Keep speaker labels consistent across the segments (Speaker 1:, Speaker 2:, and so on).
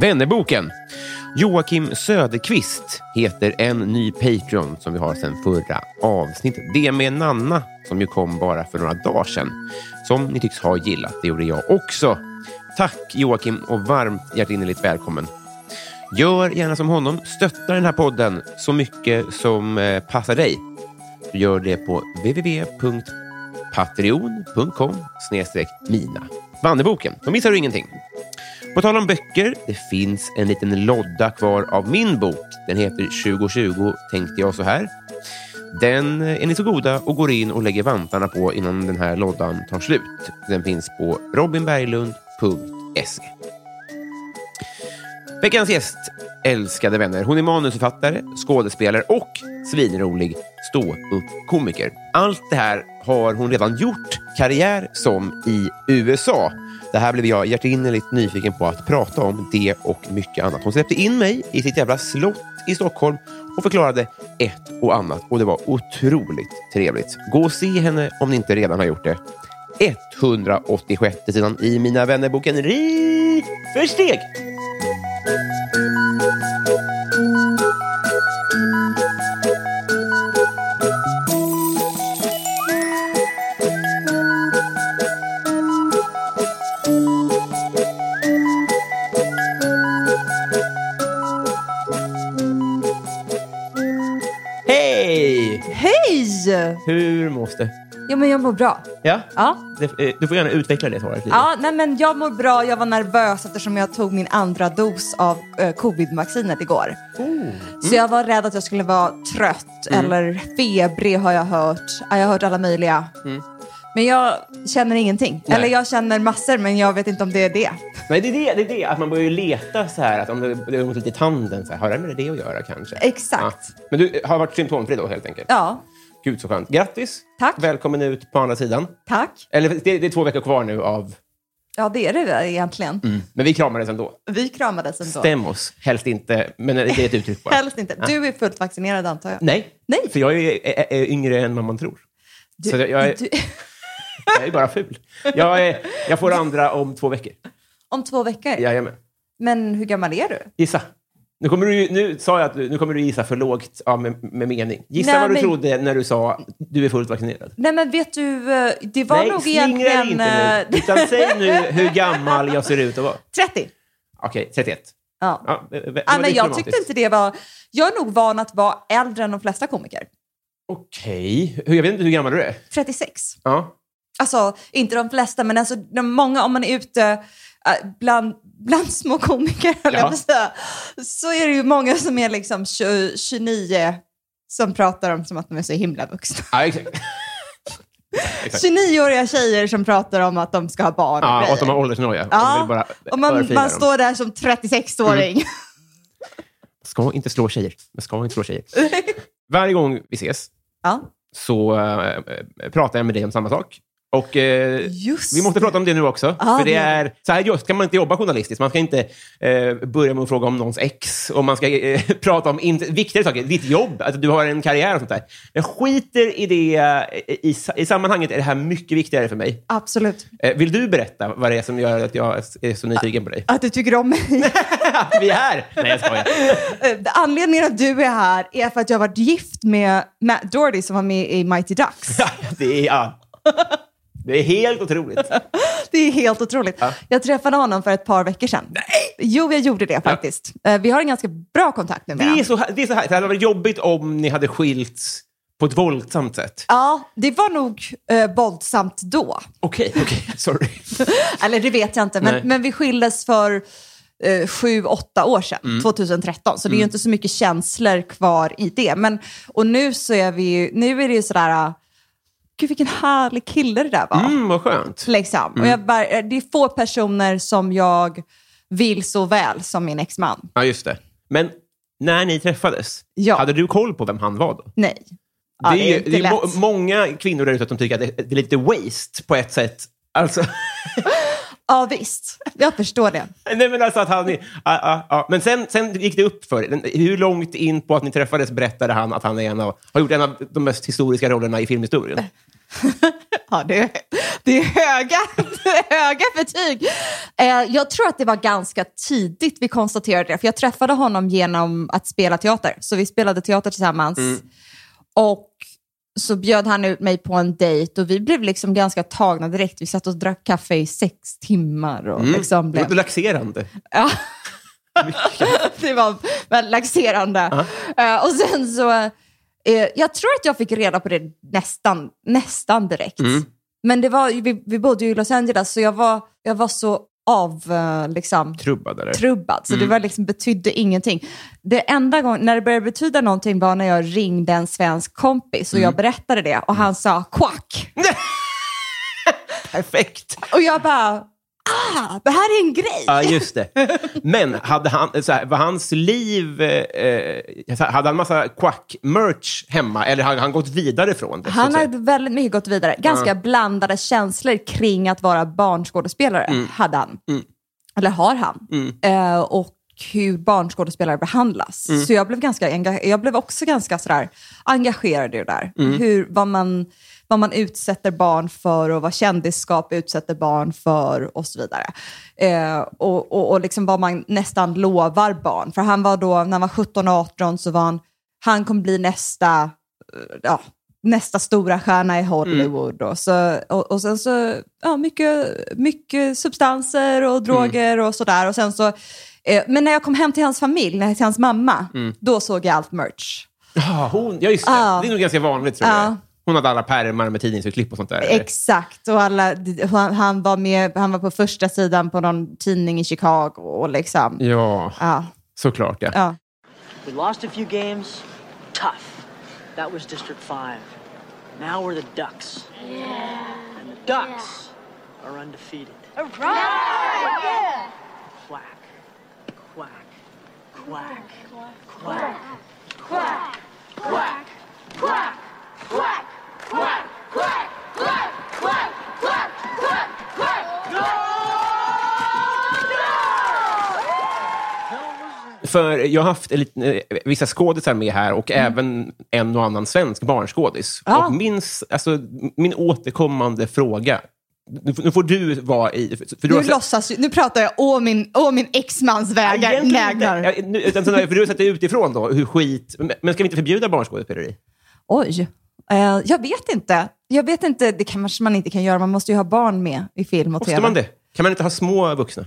Speaker 1: vännerboken. Joakim Söderqvist heter en ny Patreon som vi har sedan förra avsnittet. Det med Nanna som ju kom bara för några dagar sedan. Som ni tycks ha gillat, det gjorde jag också. Tack Joakim och varmt hjärtinnerligt välkommen. Gör gärna som honom, stötta den här podden så mycket som eh, passar dig. Du gör det på www patreon.com snedstreck mina. Vanneboken, då missar du ingenting. På tal om böcker, det finns en liten lodda kvar av min bok. Den heter 2020 tänkte jag så här. Den är ni så goda och går in och lägger vantarna på innan den här loddan tar slut. Den finns på robinberglund.se. Veckans gäst, älskade vänner. Hon är manusförfattare, skådespelare och svinrolig ståuppkomiker. Allt det här har hon redan gjort karriär som i USA. Det här blev jag hjärtinnerligt nyfiken på att prata om, det och mycket annat. Hon släppte in mig i sitt jävla slott i Stockholm och förklarade ett och annat. Och det var otroligt trevligt. Gå och se henne om ni inte redan har gjort det. 186 sidan i Mina vännerboken Rik för steg. Hej!
Speaker 2: Hej!
Speaker 1: Hur mås det?
Speaker 2: Jo men jag mår bra.
Speaker 1: Ja,
Speaker 2: Ja.
Speaker 1: det, eh, du får gärna utveckla det svaret lite.
Speaker 2: ja, nej men jag mår bra. Jag var nervös eftersom jag tog min andra dos av eh, covid-vaccinet igår.
Speaker 1: Oh.
Speaker 2: Så jag var rädd att jag skulle vara trött
Speaker 1: Mm.
Speaker 2: eller febrig har jag hört. Ja, Jag har hört alla möjliga. Men jag känner ingenting.
Speaker 1: Mm. Nej.
Speaker 2: Eller jag känner massor men jag vet inte om det är det.
Speaker 1: Nej, det är det, det är det. Att man börjar ju leta så här, att om det det har gått lite i tanden, så här, har det med det att göra kanske?
Speaker 2: Exakt.
Speaker 1: Ja. Men du eh, har varit symptomfri då helt enkelt?
Speaker 2: Ja,
Speaker 1: Gud så skönt. Grattis!
Speaker 2: Tack.
Speaker 1: Välkommen ut på andra sidan.
Speaker 2: tack.
Speaker 1: Eller det, det är två veckor kvar nu av...
Speaker 2: Ja det är det där egentligen.
Speaker 1: Men vi kramades ändå.
Speaker 2: Vi kramades ändå.
Speaker 1: Stäm oss. Helst inte, men det är ett uttryck bara.
Speaker 2: Helst inte. Du är fullt vaccinerad antar jag.
Speaker 1: Nej.
Speaker 2: Nej.
Speaker 1: För jag är, är, är yngre än vad man tror.
Speaker 2: Du,
Speaker 1: Så jag, jag, är,
Speaker 2: du,
Speaker 1: jag är bara ful. Jag, är, jag får andra om två veckor.
Speaker 2: om två veckor?
Speaker 1: Jajamän.
Speaker 2: Men hur gammal är du?
Speaker 1: Gissa. Nu, kommer du, ju- nu sa jag att du, nu kommer du gissa för lågt ja, med, med mening. Gissa
Speaker 2: Nej,
Speaker 1: vad du
Speaker 2: men-
Speaker 1: trodde när du sa du är fullt vaccinerad.
Speaker 2: Nej men vet du, eh, det var
Speaker 1: Nej,
Speaker 2: nog
Speaker 1: slingra dig
Speaker 2: egentligen...
Speaker 1: inte nu.
Speaker 2: eh,
Speaker 1: Utan säg nu hur gammal jag ser ut att vara.
Speaker 2: 30.
Speaker 1: Okej, 31.
Speaker 2: Ja.
Speaker 1: Ja, det- det var
Speaker 2: Ah, men jag
Speaker 1: diplomatiskt.
Speaker 2: tyckte inte det var... Jag är nog van att vara äldre än de flesta komiker.
Speaker 1: Okej. Hur- Jag vet inte hur gammal du är.
Speaker 2: 36.
Speaker 1: Ja.
Speaker 2: Alltså, inte de flesta, men alltså, de många, om man är ute eh, bland, bland små komiker, höll
Speaker 1: Ja.
Speaker 2: jag på att säga, så är det ju många som är liksom 20, 29 som pratar om som att de är så himla vuxna.
Speaker 1: ja, exakt.
Speaker 2: 29-åriga tjejer som pratar om att de ska ha barn.
Speaker 1: Ja, och att de har
Speaker 2: grejer.
Speaker 1: åldersnoja.
Speaker 2: Ja,
Speaker 1: De vill bara
Speaker 2: och man,
Speaker 1: örfila
Speaker 2: man
Speaker 1: dem. Mm.
Speaker 2: står där som 36-åring.
Speaker 1: Ska inte slå tjejer. Man ska inte slå tjejer. Varje gång vi ses
Speaker 2: Ja.
Speaker 1: så eh, pratar jag eh, med dig om samma sak. Och eh,
Speaker 2: Just
Speaker 1: vi måste prata om det nu också.
Speaker 2: Ja,
Speaker 1: för det
Speaker 2: det-
Speaker 1: är, så här just kan man inte jobba journalistiskt. Man ska inte eh, börja med att fråga om någons ex och man ska eh, prata om inte, viktigare saker. Ditt jobb, att du har en karriär och sånt där. Jag skiter i det. eh, I, sa- I sammanhanget är det här mycket viktigare för mig.
Speaker 2: Absolut.
Speaker 1: Eh, vill du berätta vad det är som gör att jag är så nyfiken på dig?
Speaker 2: Att du tycker om mig.
Speaker 1: vi är här! Nej, jag skojar.
Speaker 2: Eh, Anledningen att du är här är för att jag har varit gift med Matt Doherty som var med i Mighty Ducks.
Speaker 1: det, är, ja. det är helt otroligt.
Speaker 2: Det är helt otroligt. Jag träffade honom för ett par veckor sedan. Nej! Jo, jag gjorde det faktiskt. Eh, Vi har en ganska bra kontakt
Speaker 1: Det
Speaker 2: numera.
Speaker 1: är så, här- det är så här. Det hade varit jobbigt om ni hade skilts på ett våldsamt sätt.
Speaker 2: Ja, det var nog eh, våldsamt då.
Speaker 1: Okej, okej. Sorry.
Speaker 2: Eller det vet jag inte,
Speaker 1: Nej.
Speaker 2: men, men vi skildes för eh, sju, åtta år sedan,
Speaker 1: Mm.
Speaker 2: 2013. Så det är ju inte så mycket känslor kvar i det. Men, och nu så är vi ju, nu är det ju sådär, ah, gud vilken härlig kille det där var.
Speaker 1: Mm, vad skönt.
Speaker 2: Liksom.
Speaker 1: Mm.
Speaker 2: Och jag bara, det är få personer som jag vill så väl som min exman.
Speaker 1: Ja, just det. Men när ni träffades,
Speaker 2: Ja.
Speaker 1: hade du koll på vem han var då?
Speaker 2: Nej. Ja, det är
Speaker 1: ju-
Speaker 2: inte
Speaker 1: det är
Speaker 2: lätt.
Speaker 1: må- många kvinnor där ute som tycker att det det är lite waste på ett sätt. Alltså,
Speaker 2: Ja visst, jag förstår det.
Speaker 1: nej men alltså att han... är- Ja, ja, ja. Men sen, sen gick det upp för er. Den- Hur långt in på att ni träffades berättade han att han är en av, har gjort en av de mest historiska rollerna i filmhistorien?
Speaker 2: Ja, det, är- det är höga, det är höga betyg. Eh, jag tror att det var ganska tidigt vi konstaterade det, för jag träffade honom genom att spela teater. Så vi spelade teater tillsammans.
Speaker 1: Mm.
Speaker 2: Och så bjöd han ut mig på en dejt och vi blev liksom ganska tagna direkt. Vi satt och drack kaffe i sex timmar.
Speaker 1: Mm.
Speaker 2: Och liksom
Speaker 1: Det var
Speaker 2: blev,
Speaker 1: laxerande.
Speaker 2: ja. det var väldigt laxerande. Eh, och sen så, eh, jag tror att jag fick reda på det nästan, nästan direkt. Men det var, ju- vi, vi bodde ju i Los Angeles, så jag var, jag var så av, eh, liksom,
Speaker 1: Trubbad, eller?
Speaker 2: trubbad. Så det var liksom, betydde ingenting. Det enda gången, när det började betyda någonting var när jag ringde en svensk kompis och jag berättade det och han sa quack.
Speaker 1: Perfekt!
Speaker 2: Och jag bara, ah, det här är en grej.
Speaker 1: Ja, just det. Men hade han, så här, var hans liv... Eh, eh, hade han massa quack-merch hemma eller hade han gått vidare från det? så att
Speaker 2: Han
Speaker 1: säga?
Speaker 2: hade väldigt mycket gått vidare. Ganska blandade känslor kring att vara barnskådespelare
Speaker 1: Mm.
Speaker 2: hade han. Eller har han. Eh, och hur barnskådespelare behandlas.
Speaker 1: Mm.
Speaker 2: Så jag blev, ganska enga- jag blev också ganska sådär engagerad i det där.
Speaker 1: Mm.
Speaker 2: Hur, vad, man, vad man utsätter barn för och vad kändisskap utsätter barn för och så vidare. Eh, och och, och liksom vad man nästan lovar barn. För han var då, när han var 17 och 18 så var han, han kommer bli nästa eh, ja, nästa stora stjärna i Hollywood. Och, så, och, och sen så, ja, mycket, mycket substanser och droger och sådär. Och sen så, eh, men när jag kom hem till hans familj, när- till hans mamma, då såg jag allt merch.
Speaker 1: Ja, Ah, hon, ja just det.
Speaker 2: Ja.
Speaker 1: Det är nog ganska vanligt, tror jag.
Speaker 2: Ja.
Speaker 1: Hon hade alla pärmar med tidningsurklipp och sånt där. eller?
Speaker 2: Exakt, och alla, han, han, var med, han var på första sidan på någon tidning i Chicago. Och liksom,
Speaker 1: Ja,
Speaker 2: ja.
Speaker 1: såklart ja.
Speaker 2: Ja.
Speaker 3: We lost a few games. Tough. That was District 5. Now we're the Ducks. Yeah. And the Ducks are undefeated. All right! Quack. Quack. Quack. Quack.
Speaker 1: För jag har haft en liten, eh, vissa skådisar med här och även en och annan svensk barnskådis.
Speaker 2: Mm. Ja.
Speaker 1: Och min, s- alltså, min återkommande fråga, nu, f- nu får du vara i... För du
Speaker 2: Nu,
Speaker 1: har sett-
Speaker 2: låtsas, ju- nu pratar jag å min, å min exmans vägar.
Speaker 1: Egentligen inte.
Speaker 2: nägnar.
Speaker 1: Ja, nu- Utan, sådär, för du har sett det utifrån då, hur skit... Men- Men ska vi inte förbjuda barnskådespeleri?
Speaker 2: Oj, eh, jag vet inte. Jag vet inte, det kanske man inte kan göra. Man måste ju ha barn med i film och
Speaker 1: Måste man det? Kan man inte ha små vuxna?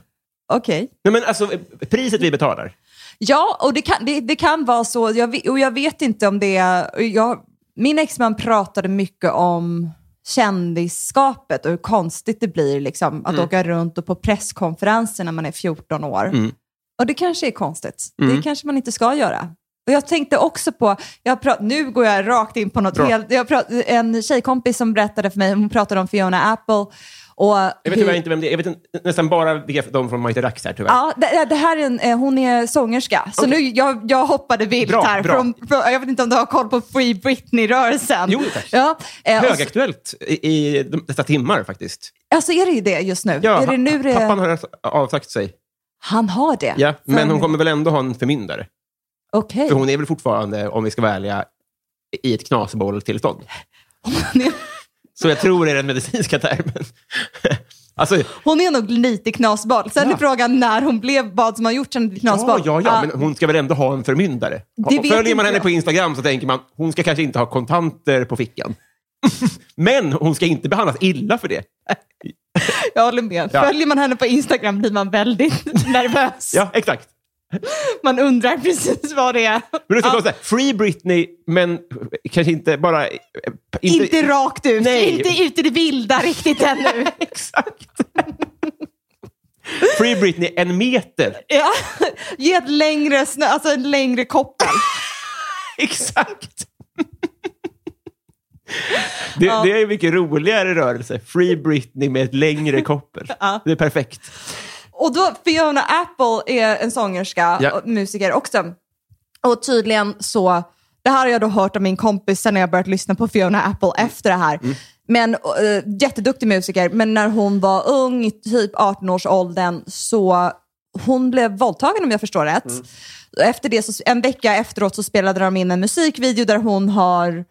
Speaker 2: Okej.
Speaker 1: Nej, men alltså, eh, priset vi betalar.
Speaker 2: Ja, och det kan, det, det kan vara så. Jag, ve- och jag vet inte om det är... och Jag, min exman pratade mycket om kändisskapet och hur konstigt det blir liksom,
Speaker 1: Mm.
Speaker 2: att åka runt och på
Speaker 1: Mm.
Speaker 2: presskonferenser när man är 14 år. Och det kanske är konstigt. Det kanske man inte ska göra. Och jag tänkte också på, jag prat, nu går jag rakt in på något
Speaker 1: Bra.
Speaker 2: helt. Jag prat, en tjejkompis som berättade för mig, hon pratade om Fiona Apple. Och
Speaker 1: Jag vet tyvärr inte vem det är. Jag vet inte- nästan bara vilka de från Mighty Ducks här tyvärr.
Speaker 2: Ja, det, det här är en, eh, hon är sångerska. Så nu, jag, jag hoppade vilt
Speaker 1: Bra,
Speaker 2: här.
Speaker 1: bra.
Speaker 2: Från, från, jag vet inte om du har koll på Free Britney-rörelsen?
Speaker 1: Jo, tack.
Speaker 2: Ja, eh, och så-
Speaker 1: Högaktuellt i, i de- dessa timmar faktiskt.
Speaker 2: Alltså är det ju det just nu?
Speaker 1: Ja,
Speaker 2: är det
Speaker 1: ha-
Speaker 2: nu det...
Speaker 1: Pappan har alltså avsagt sig.
Speaker 2: Han har det?
Speaker 1: Ja, men
Speaker 2: För-
Speaker 1: hon kommer väl ändå ha en förmyndare.
Speaker 2: Okej.
Speaker 1: För hon är väl fortfarande, om vi ska vara ärliga, i ett knasbolltillstånd.
Speaker 2: Hon, är,
Speaker 1: Så jag tror det är den medicinska termen. alltså,
Speaker 2: hon är nog lite knasboll. Sen
Speaker 1: Ja.
Speaker 2: är frågan när hon blev, vad som har gjort henne till knasboll.
Speaker 1: ja, ja, ja, men hon ska väl ändå ha en förmyndare?
Speaker 2: Det vet
Speaker 1: Följer man
Speaker 2: inte
Speaker 1: henne
Speaker 2: jag.
Speaker 1: på Instagram så tänker man, hon ska kanske inte ha kontanter på fickan. men hon ska inte behandlas illa för det.
Speaker 2: Jag håller med.
Speaker 1: Ja.
Speaker 2: Följer man henne på Instagram blir man väldigt nervös.
Speaker 1: Ja, exakt.
Speaker 2: Man undrar precis vad det är.
Speaker 1: Men det ska vara så här, free Britney, men kanske inte bara... eh,
Speaker 2: Inte, rakt ut,
Speaker 1: Nej.
Speaker 2: inte ut i det vilda riktigt ännu.
Speaker 1: Exakt. Free Britney en meter.
Speaker 2: ja. Ge ett längre, snö, alltså en längre koppel.
Speaker 1: Exakt. Det, det är en mycket roligare rörelse. Free Britney med ett längre koppel. Det är perfekt.
Speaker 2: Och då, Fiona Apple är en sångerska
Speaker 1: Ja.
Speaker 2: och musiker också. Och tydligen så, det här har jag då hört av min kompis sen när jag börjat lyssna på Fiona Apple efter det här. Men eh, jätteduktig musiker, men när hon var ung, i typ 18-årsåldern, så hon blev våldtagen om jag förstår rätt.
Speaker 1: Mm.
Speaker 2: Efter det, så, en vecka efteråt så spelade de in en musikvideo där hon har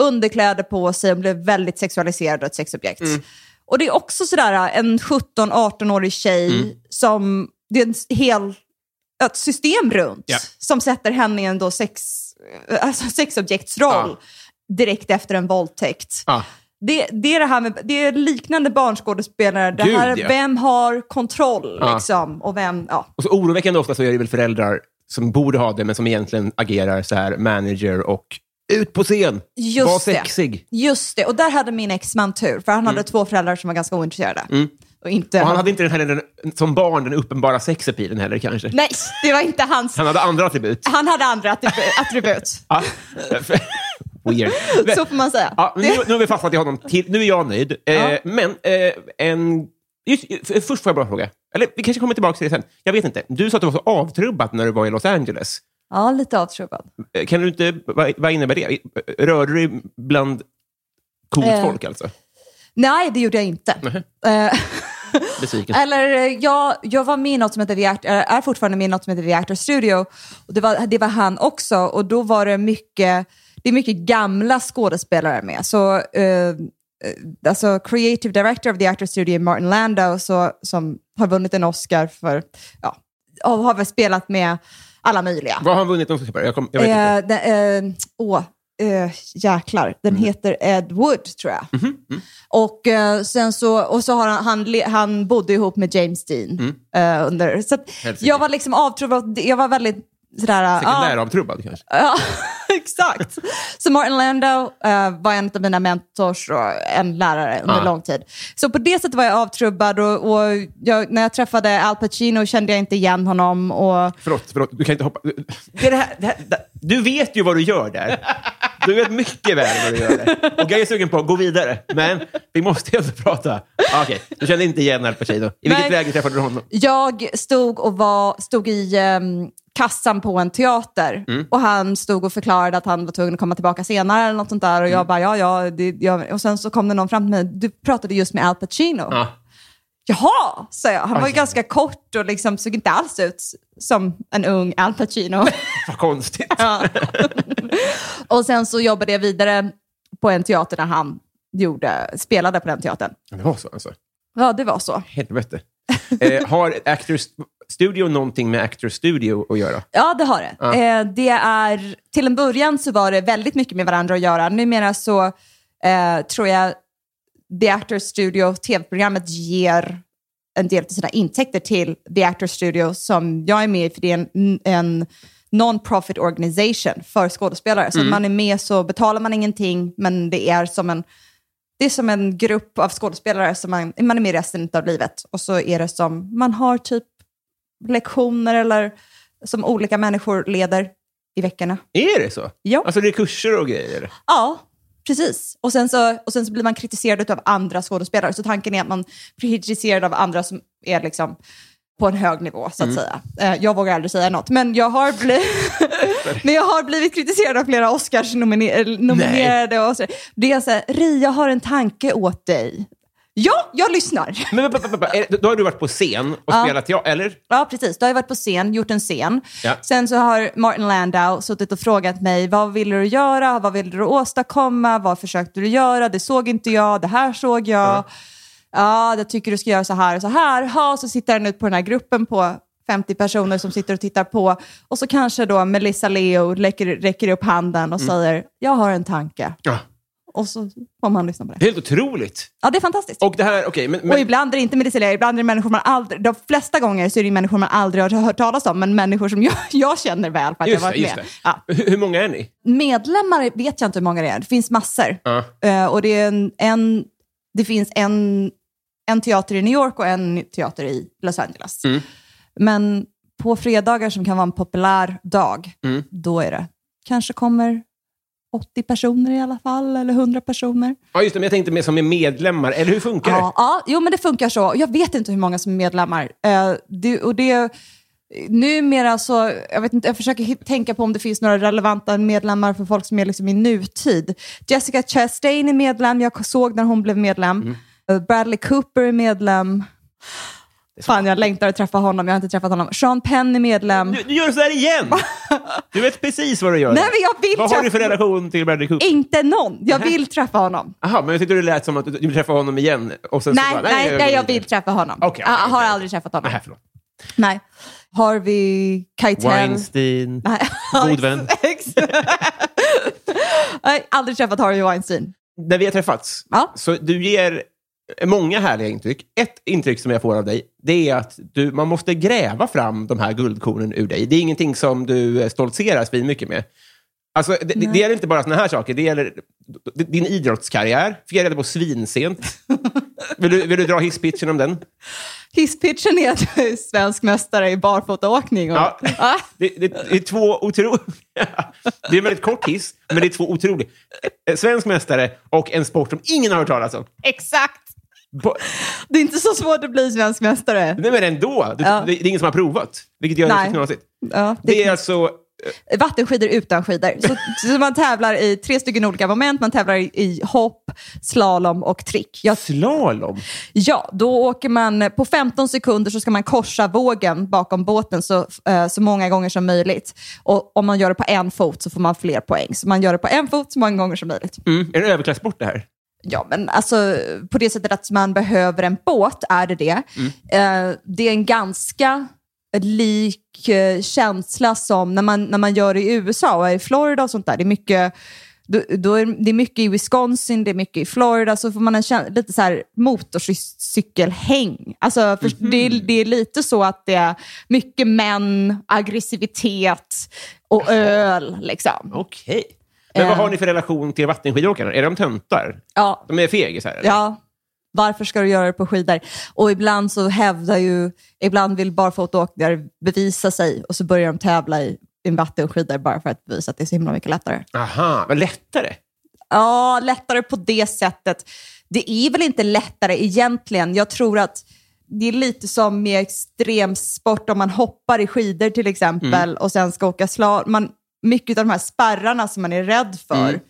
Speaker 2: underkläder på sig och blev väldigt sexualiserad och ett sexobjekt.
Speaker 1: Mm.
Speaker 2: Och det är också sådär en 17-18-årig tjej
Speaker 1: Mm.
Speaker 2: som, det är en s- hel, ett system runt
Speaker 1: Ja.
Speaker 2: som sätter henne i en då sex, alltså sexobjektsroll
Speaker 1: Ja.
Speaker 2: direkt efter en våldtäkt.
Speaker 1: Ah.
Speaker 2: Det, det är det här med, det är liknande barnskådespelare. Det
Speaker 1: Gud,
Speaker 2: här,
Speaker 1: ja.
Speaker 2: Vem har kontroll
Speaker 1: Ja.
Speaker 2: liksom? Och vem, ja.
Speaker 1: Och så oroväckande ofta så är det väl föräldrar som borde ha det, men som egentligen agerar så här manager och ut på scen,
Speaker 2: Just
Speaker 1: var
Speaker 2: det.
Speaker 1: sexig. Mm.
Speaker 2: Just det, och där hade min exman tur, för han hade två föräldrar som var ganska ointresserade. Och inte,
Speaker 1: Och han hade inte den här, den, som barn den uppenbara sexepilen heller kanske.
Speaker 2: Nej, det var inte hans.
Speaker 1: Han hade andra attribut.
Speaker 2: Han hade andra attribut. attribut.
Speaker 1: Ah. Weird.
Speaker 2: Så får man säga.
Speaker 1: Ja, men ah, nu,
Speaker 2: Det-
Speaker 1: nu har vi fastnat i honom. Till, nu är jag nöjd. Eh,
Speaker 2: Ja.
Speaker 1: Men eh, en... Just, f- först får jag bara fråga. Eller vi kanske kommer tillbaka till det sen. Jag vet inte. Du sa att du var så avtrubbad när du var i Los Angeles.
Speaker 2: Ja, lite avtrubbad.
Speaker 1: Eh, Kan du inte, vad, vad innebär det? Rörde du dig bland coolt
Speaker 2: Eh.
Speaker 1: folk alltså?
Speaker 2: Nej, det gjorde jag inte. Eh,
Speaker 1: Besviken.
Speaker 2: Eller eh, jag, jag var med i något som heter The Actor, eller är fortfarande med i något som heter The Actor Studio. Och det, var, det var han också och då var det mycket, det är mycket gamla skådespelare med. Så, eh, eh, alltså creative director of The Actor Studio är Martin Landau så, som har vunnit en Oscar för, ja, och har väl spelat med alla möjliga.
Speaker 1: Vad har han vunnit? om- Jag, kom, jag vet inte. Mm.
Speaker 2: Eh, den, eh, åh, eh, jäklar. Den heter Ed Wood, tror jag.
Speaker 1: Mhm,
Speaker 2: Och, eh, sen så, och så har han, han, le- han bodde ihop med James
Speaker 1: Mm.
Speaker 2: Dean. Eh, under, så att
Speaker 1: Helsike.
Speaker 2: jag var liksom avtrubbad. Jag var väldigt sådär... ah,
Speaker 1: Sekundäravtrubbad kanske?
Speaker 2: Ja, exakt. Så Martin Landau eh, var en av mina mentors och en lärare under
Speaker 1: Ah.
Speaker 2: lång tid. Så på det sättet var jag avtrubbad och, och jag, när jag träffade Al Pacino kände jag inte igen honom. Och,
Speaker 1: Förlåt, förlåt. Du kan inte hoppa. Du- Det är det här, det här, det- du vet ju vad du gör där. Du vet mycket väl vad du gör där. Och jag är sugen på att gå vidare, men vi måste ju ändå prata. Ah, Okej, du kände inte igen Al Pacino. I vilket
Speaker 2: Nej.
Speaker 1: läge träffade du honom?
Speaker 2: Jag stod, och var, stod i ehm, kassan på en teater och han stod och förklarade att han var tvungen att komma tillbaka senare eller något sånt där. Och jag bara, ja, ja. Det, jag, och sen så kom det någon fram till mig, du pratade just med Al Pacino.
Speaker 1: Ja.
Speaker 2: Jaha, sa jag. Han var ju ganska kort och liksom såg inte alls ut som en ung Al Pacino.
Speaker 1: Vad konstigt.
Speaker 2: Ja. och sen så jobbade jag vidare på en teater när han gjorde, spelade på den teatern.
Speaker 1: Det var så alltså.
Speaker 2: Ja, det var så.
Speaker 1: Helvete. Eh, har Actors Studio någonting med Actors Studio att göra?
Speaker 2: Ja, det har det. Eh, det är, till en början så var det väldigt mycket med varandra att göra. Numera så eh, tror jag The Actors Studio, tv-programmet, ger en del av sina intäkter till The Actors Studio som jag är med i, för det är en, en non-profit organisation för skådespelare. Så man är med så betalar man ingenting, men det är som en det är som en grupp av skådespelare som man, man är med resten av livet. Och så är det som, man har typ lektioner eller som olika människor leder i veckorna.
Speaker 1: Är det så?
Speaker 2: Ja.
Speaker 1: Alltså det är kurser och grejer?
Speaker 2: Ja, precis. Och sen så, och sen så blir man kritiserad av andra skådespelare. Så tanken är att man blir kritiserad av andra som är liksom på en hög nivå, så att säga. Eh, Jag vågar aldrig säga något, men jag har, bli... men jag har blivit kritiserad av flera Oscars-nominerade. och så. Det är så här, Ri, jag har en tanke åt dig. Ja, jag lyssnar.
Speaker 1: Men, men, men, men, men, är det- då har du varit på scen och spelat teater, eller?
Speaker 2: Ja, precis. Du har ju varit på scen, gjort en scen.
Speaker 1: Ja.
Speaker 2: Sen så har Martin Landau suttit och frågat mig, vad ville du göra? Vad ville du åstadkomma? Vad försökte du göra? Det såg inte jag, det här såg jag. Ja, jag tycker du ska göra så här och så här. Ha, så sitter han ut på den här gruppen på 50 personer som sitter och tittar på. Och så kanske då Melissa Leo räcker, räcker upp handen och säger, jag har en tanke.
Speaker 1: Ja.
Speaker 2: Och så får man lyssna på det.
Speaker 1: Det är helt otroligt.
Speaker 2: Ja, det är fantastiskt.
Speaker 1: Och det här, okej, men,
Speaker 2: Och
Speaker 1: men,
Speaker 2: ibland är det inte medicinare, ibland är det människor man aldrig, de flesta gånger så är det ju människor man aldrig har hört talas om, men människor som jag, jag känner väl för att jag
Speaker 1: just
Speaker 2: har
Speaker 1: det,
Speaker 2: varit
Speaker 1: just
Speaker 2: med.
Speaker 1: det.
Speaker 2: Ja.
Speaker 1: Hur, hur många är ni?
Speaker 2: Medlemmar vet jag inte hur många det är, det finns massor.
Speaker 1: Ja.
Speaker 2: Eh, och det, är en, en, det finns en, en teater i New York och en teater i Los Angeles.
Speaker 1: Mm.
Speaker 2: Men på fredagar som kan vara en populär dag,
Speaker 1: Mm.
Speaker 2: då är det kanske kommer 80 personer i alla fall, eller 100 personer.
Speaker 1: Ja, just det, men jag tänkte mer som är medlemmar, eller hur funkar
Speaker 2: Ja, ja, jo men det funkar så. Jag vet inte hur många som är medlemmar. Eh, det, och det, numera så, jag, vet inte, jag försöker hit- tänka på om det finns några relevanta medlemmar för folk som är liksom i nutid. Jessica Chastain är medlem, jag såg när hon blev medlem.
Speaker 1: Mm.
Speaker 2: Eh, Bradley Cooper är medlem. Fan, jag längtar att träffa honom. Jag har inte träffat honom. Sean Penn är medlem.
Speaker 1: det? Du, du gör så här igen! Du vet precis vad du gör.
Speaker 2: Nej, men jag vill
Speaker 1: vad har
Speaker 2: träffa-
Speaker 1: du för relation till Bradley Cooper?
Speaker 2: Inte någon. Jag vill träffa honom.
Speaker 1: Jaha, men jag tyckte det lät som att du, du träffade honom igen. Och sen
Speaker 2: Nej,
Speaker 1: så bara,
Speaker 2: nej, nej, jag vill träffa honom.
Speaker 1: Okej, okej,
Speaker 2: jag har
Speaker 1: okej.
Speaker 2: aldrig träffat honom.
Speaker 1: Nej, förlåt.
Speaker 2: Nej. Harvey Keitel.
Speaker 1: Weinstein,
Speaker 2: Nej.
Speaker 1: god vän.
Speaker 2: Ex- Nej, aldrig träffat Harvey Weinstein.
Speaker 1: När vi har träffats,
Speaker 2: Ja.
Speaker 1: så du ger många härliga intryck. Ett intryck som jag får av dig, det är att du, man måste gräva fram de här guldkornen ur dig. Det är ingenting som du eh, stoltserar svinmycket mycket med. Alltså, det- det, det gäller inte bara såna här saker. Det gäller d- din idrottskarriär. fick jag reda på svinsent. vill, du, vill du dra hisspitchen om den?
Speaker 2: Hisspitchen är att du är svensk mästare i barfotaåkning. Och,
Speaker 1: Ja.
Speaker 2: Ah,
Speaker 1: Det, det, det är två otroliga... Det är en väldigt kort hiss, men det är två otroliga. Eh, Svensk mästare och en sport som ingen har hört talas om.
Speaker 2: exakt!
Speaker 1: På,
Speaker 2: Det är inte så svårt att bli svensk mästare.
Speaker 1: nej, men ändå. Du,
Speaker 2: Ja.
Speaker 1: det, det är ingen som har provat, vilket gör det
Speaker 2: Nej.
Speaker 1: så knasigt.
Speaker 2: Ja, det,
Speaker 1: Det är alltså...
Speaker 2: Vattenskidor utan skidor. Så, så man tävlar i tre stycken olika moment. Man tävlar i, i hopp, slalom och trick. Jag,
Speaker 1: Slalom?
Speaker 2: ja, då åker man på 15 sekunder så ska man korsa vågen bakom båten så, eh, så många gånger som möjligt. Och om man gör det på en fot så får man fler poäng. Så man gör det på en fot så många gånger som möjligt.
Speaker 1: Mm. Är det en överklassport det här?
Speaker 2: Ja, men alltså på det sättet att man behöver en båt är det det. Eh, det är en ganska lik eh, känsla som när man, när man gör det i USA och i Florida och sånt där. Det är mycket, då, då är, det är mycket i Wisconsin, det är mycket i Florida, så får man en käns- lite så här motorcykelhäng. Alltså, för, det, är- det är lite så att det är mycket män, aggressivitet och öl. Liksom.
Speaker 1: Okej. Men vad
Speaker 2: Eh.
Speaker 1: har ni för relation till vattenskidåkarna? Är de töntar?
Speaker 2: Ja,
Speaker 1: De är fegisar? eller?
Speaker 2: Ja, varför ska du göra det på skidor? Och ibland så hävdar ju, ibland vill barfotaåkare bevisa sig och så börjar de tävla i, i vattenskidor bara för att bevisa att det är så himla mycket lättare.
Speaker 1: Aha, vad lättare.
Speaker 2: Ja, lättare på det sättet. Det är väl inte lättare egentligen. Jag tror att det är lite som med extremsport, om man hoppar i skidor till exempel och sen ska åka slalom. Man- Mycket av de här spärrarna som man är rädd för,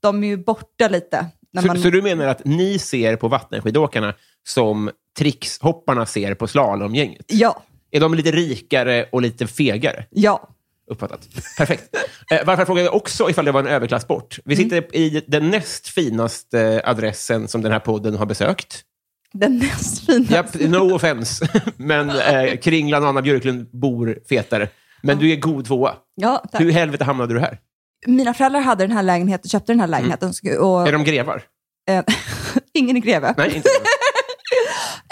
Speaker 2: de är ju borta lite. När
Speaker 1: Så,
Speaker 2: man...
Speaker 1: så du menar att ni ser på vattenskidåkarna som trickshopparna ser på slalomgänget?
Speaker 2: Ja,
Speaker 1: Är de lite rikare och lite fegare?
Speaker 2: ja.
Speaker 1: Uppfattat. Perfekt. Eh, varför jag frågade också ifall det var en överklassport. Vi
Speaker 2: Mm.
Speaker 1: sitter i den näst finaste eh, adressen som den här podden har besökt.
Speaker 2: Den näst finaste.
Speaker 1: Japp, no offense, men eh, Kringlan och Anna Björklund bor fetare. Men du är god tvåa.
Speaker 2: Ja, tack.
Speaker 1: Hur i helvete hamnade du här?
Speaker 2: Mina föräldrar hade den här lägenheten, köpte den här lägenheten. Och,
Speaker 1: Mm. Är de grevar?
Speaker 2: eh, ingen i Greve.
Speaker 1: Nej, inte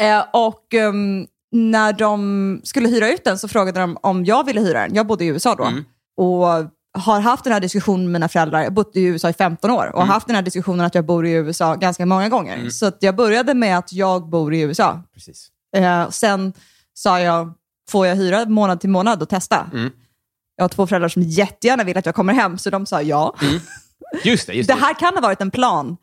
Speaker 2: Eh, och ehm, när de skulle hyra ut den så frågade de om jag ville hyra den. Jag bodde i USA då.
Speaker 1: Mm.
Speaker 2: Och har haft den här diskussionen med mina föräldrar. Jag bodde i USA i 15 år och
Speaker 1: Mm.
Speaker 2: har haft den här diskussionen att jag bor i USA ganska många gånger. Så att jag började med att jag bor i USA.
Speaker 1: Precis. Mm.
Speaker 2: Eh, sen sa jag, får jag hyra månad till månad och testa? Jag har två föräldrar som jättegärna vill att jag kommer hem, så de sa ja.
Speaker 1: Mm. Just det, just
Speaker 2: Det
Speaker 1: det.
Speaker 2: här kan ha varit en plan.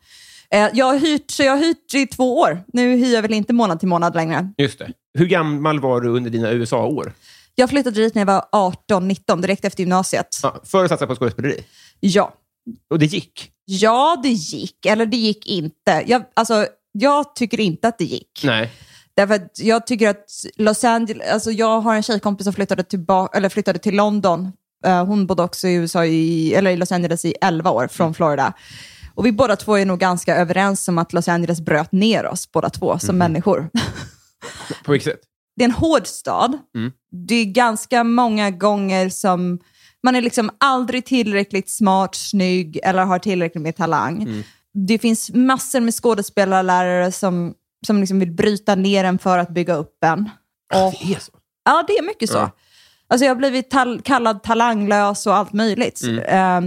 Speaker 2: Eh, Jag har hyrt, så jag har hyrt i två år. Nu hyr jag väl inte månad till månad längre.
Speaker 1: Just det. Hur gammal var du under dina USA-år?
Speaker 2: Jag flyttade dit när jag var 18-19, direkt efter gymnasiet.
Speaker 1: Ja, för att satsa på skådespeleri.
Speaker 2: Ja.
Speaker 1: Och det gick.
Speaker 2: Ja, det gick. Eller det gick inte. Jag, alltså, jag tycker inte att det gick.
Speaker 1: Nej.
Speaker 2: Därför att jag tycker att Los Angeles, alltså jag har en tjejkompis som flyttade, tillba- eller flyttade till London. Eh, Hon bodde också i USA, i, eller i Los Angeles i 11 år från Florida. Och vi båda två är nog ganska överens om att Los Angeles bröt ner oss båda två som människor.
Speaker 1: På vilket sätt?
Speaker 2: Det är en hård stad. Det är ganska många gånger som man är liksom aldrig tillräckligt smart, snygg eller har tillräckligt med talang. Det finns massor med skådespelarlärare som, som liksom vill bryta ner en för att bygga upp en. Och,
Speaker 1: Det är så.
Speaker 2: ja, det är mycket så. Alltså jag har blivit tal- kallad talanglös och allt möjligt. Eh,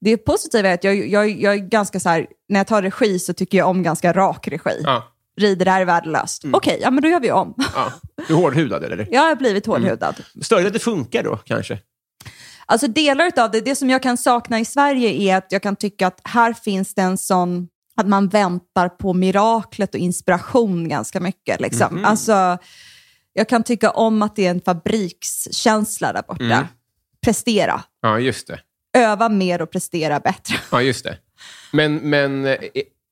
Speaker 2: det positiva är att jag, jag, jag är ganska så här, när jag tar regi så tycker jag om ganska rak regi.
Speaker 1: Ja.
Speaker 2: Rider är värdelöst. Okej, ja, men då gör vi om.
Speaker 1: ja. Du är hårdhudad, eller?
Speaker 2: Jag har blivit hårdhudad.
Speaker 1: Större att det funkar då, kanske?
Speaker 2: Alltså delar av det, det som jag kan sakna i Sverige är att jag kan tycka att här finns det en sån, att man väntar på miraklet och inspiration ganska mycket. Liksom. Alltså, jag kan tycka om att det är en fabrikskänsla där borta.
Speaker 1: Mm.
Speaker 2: Prestera.
Speaker 1: Ja, just det.
Speaker 2: Öva mer och prestera bättre.
Speaker 1: Ja, just det. Men, men eh,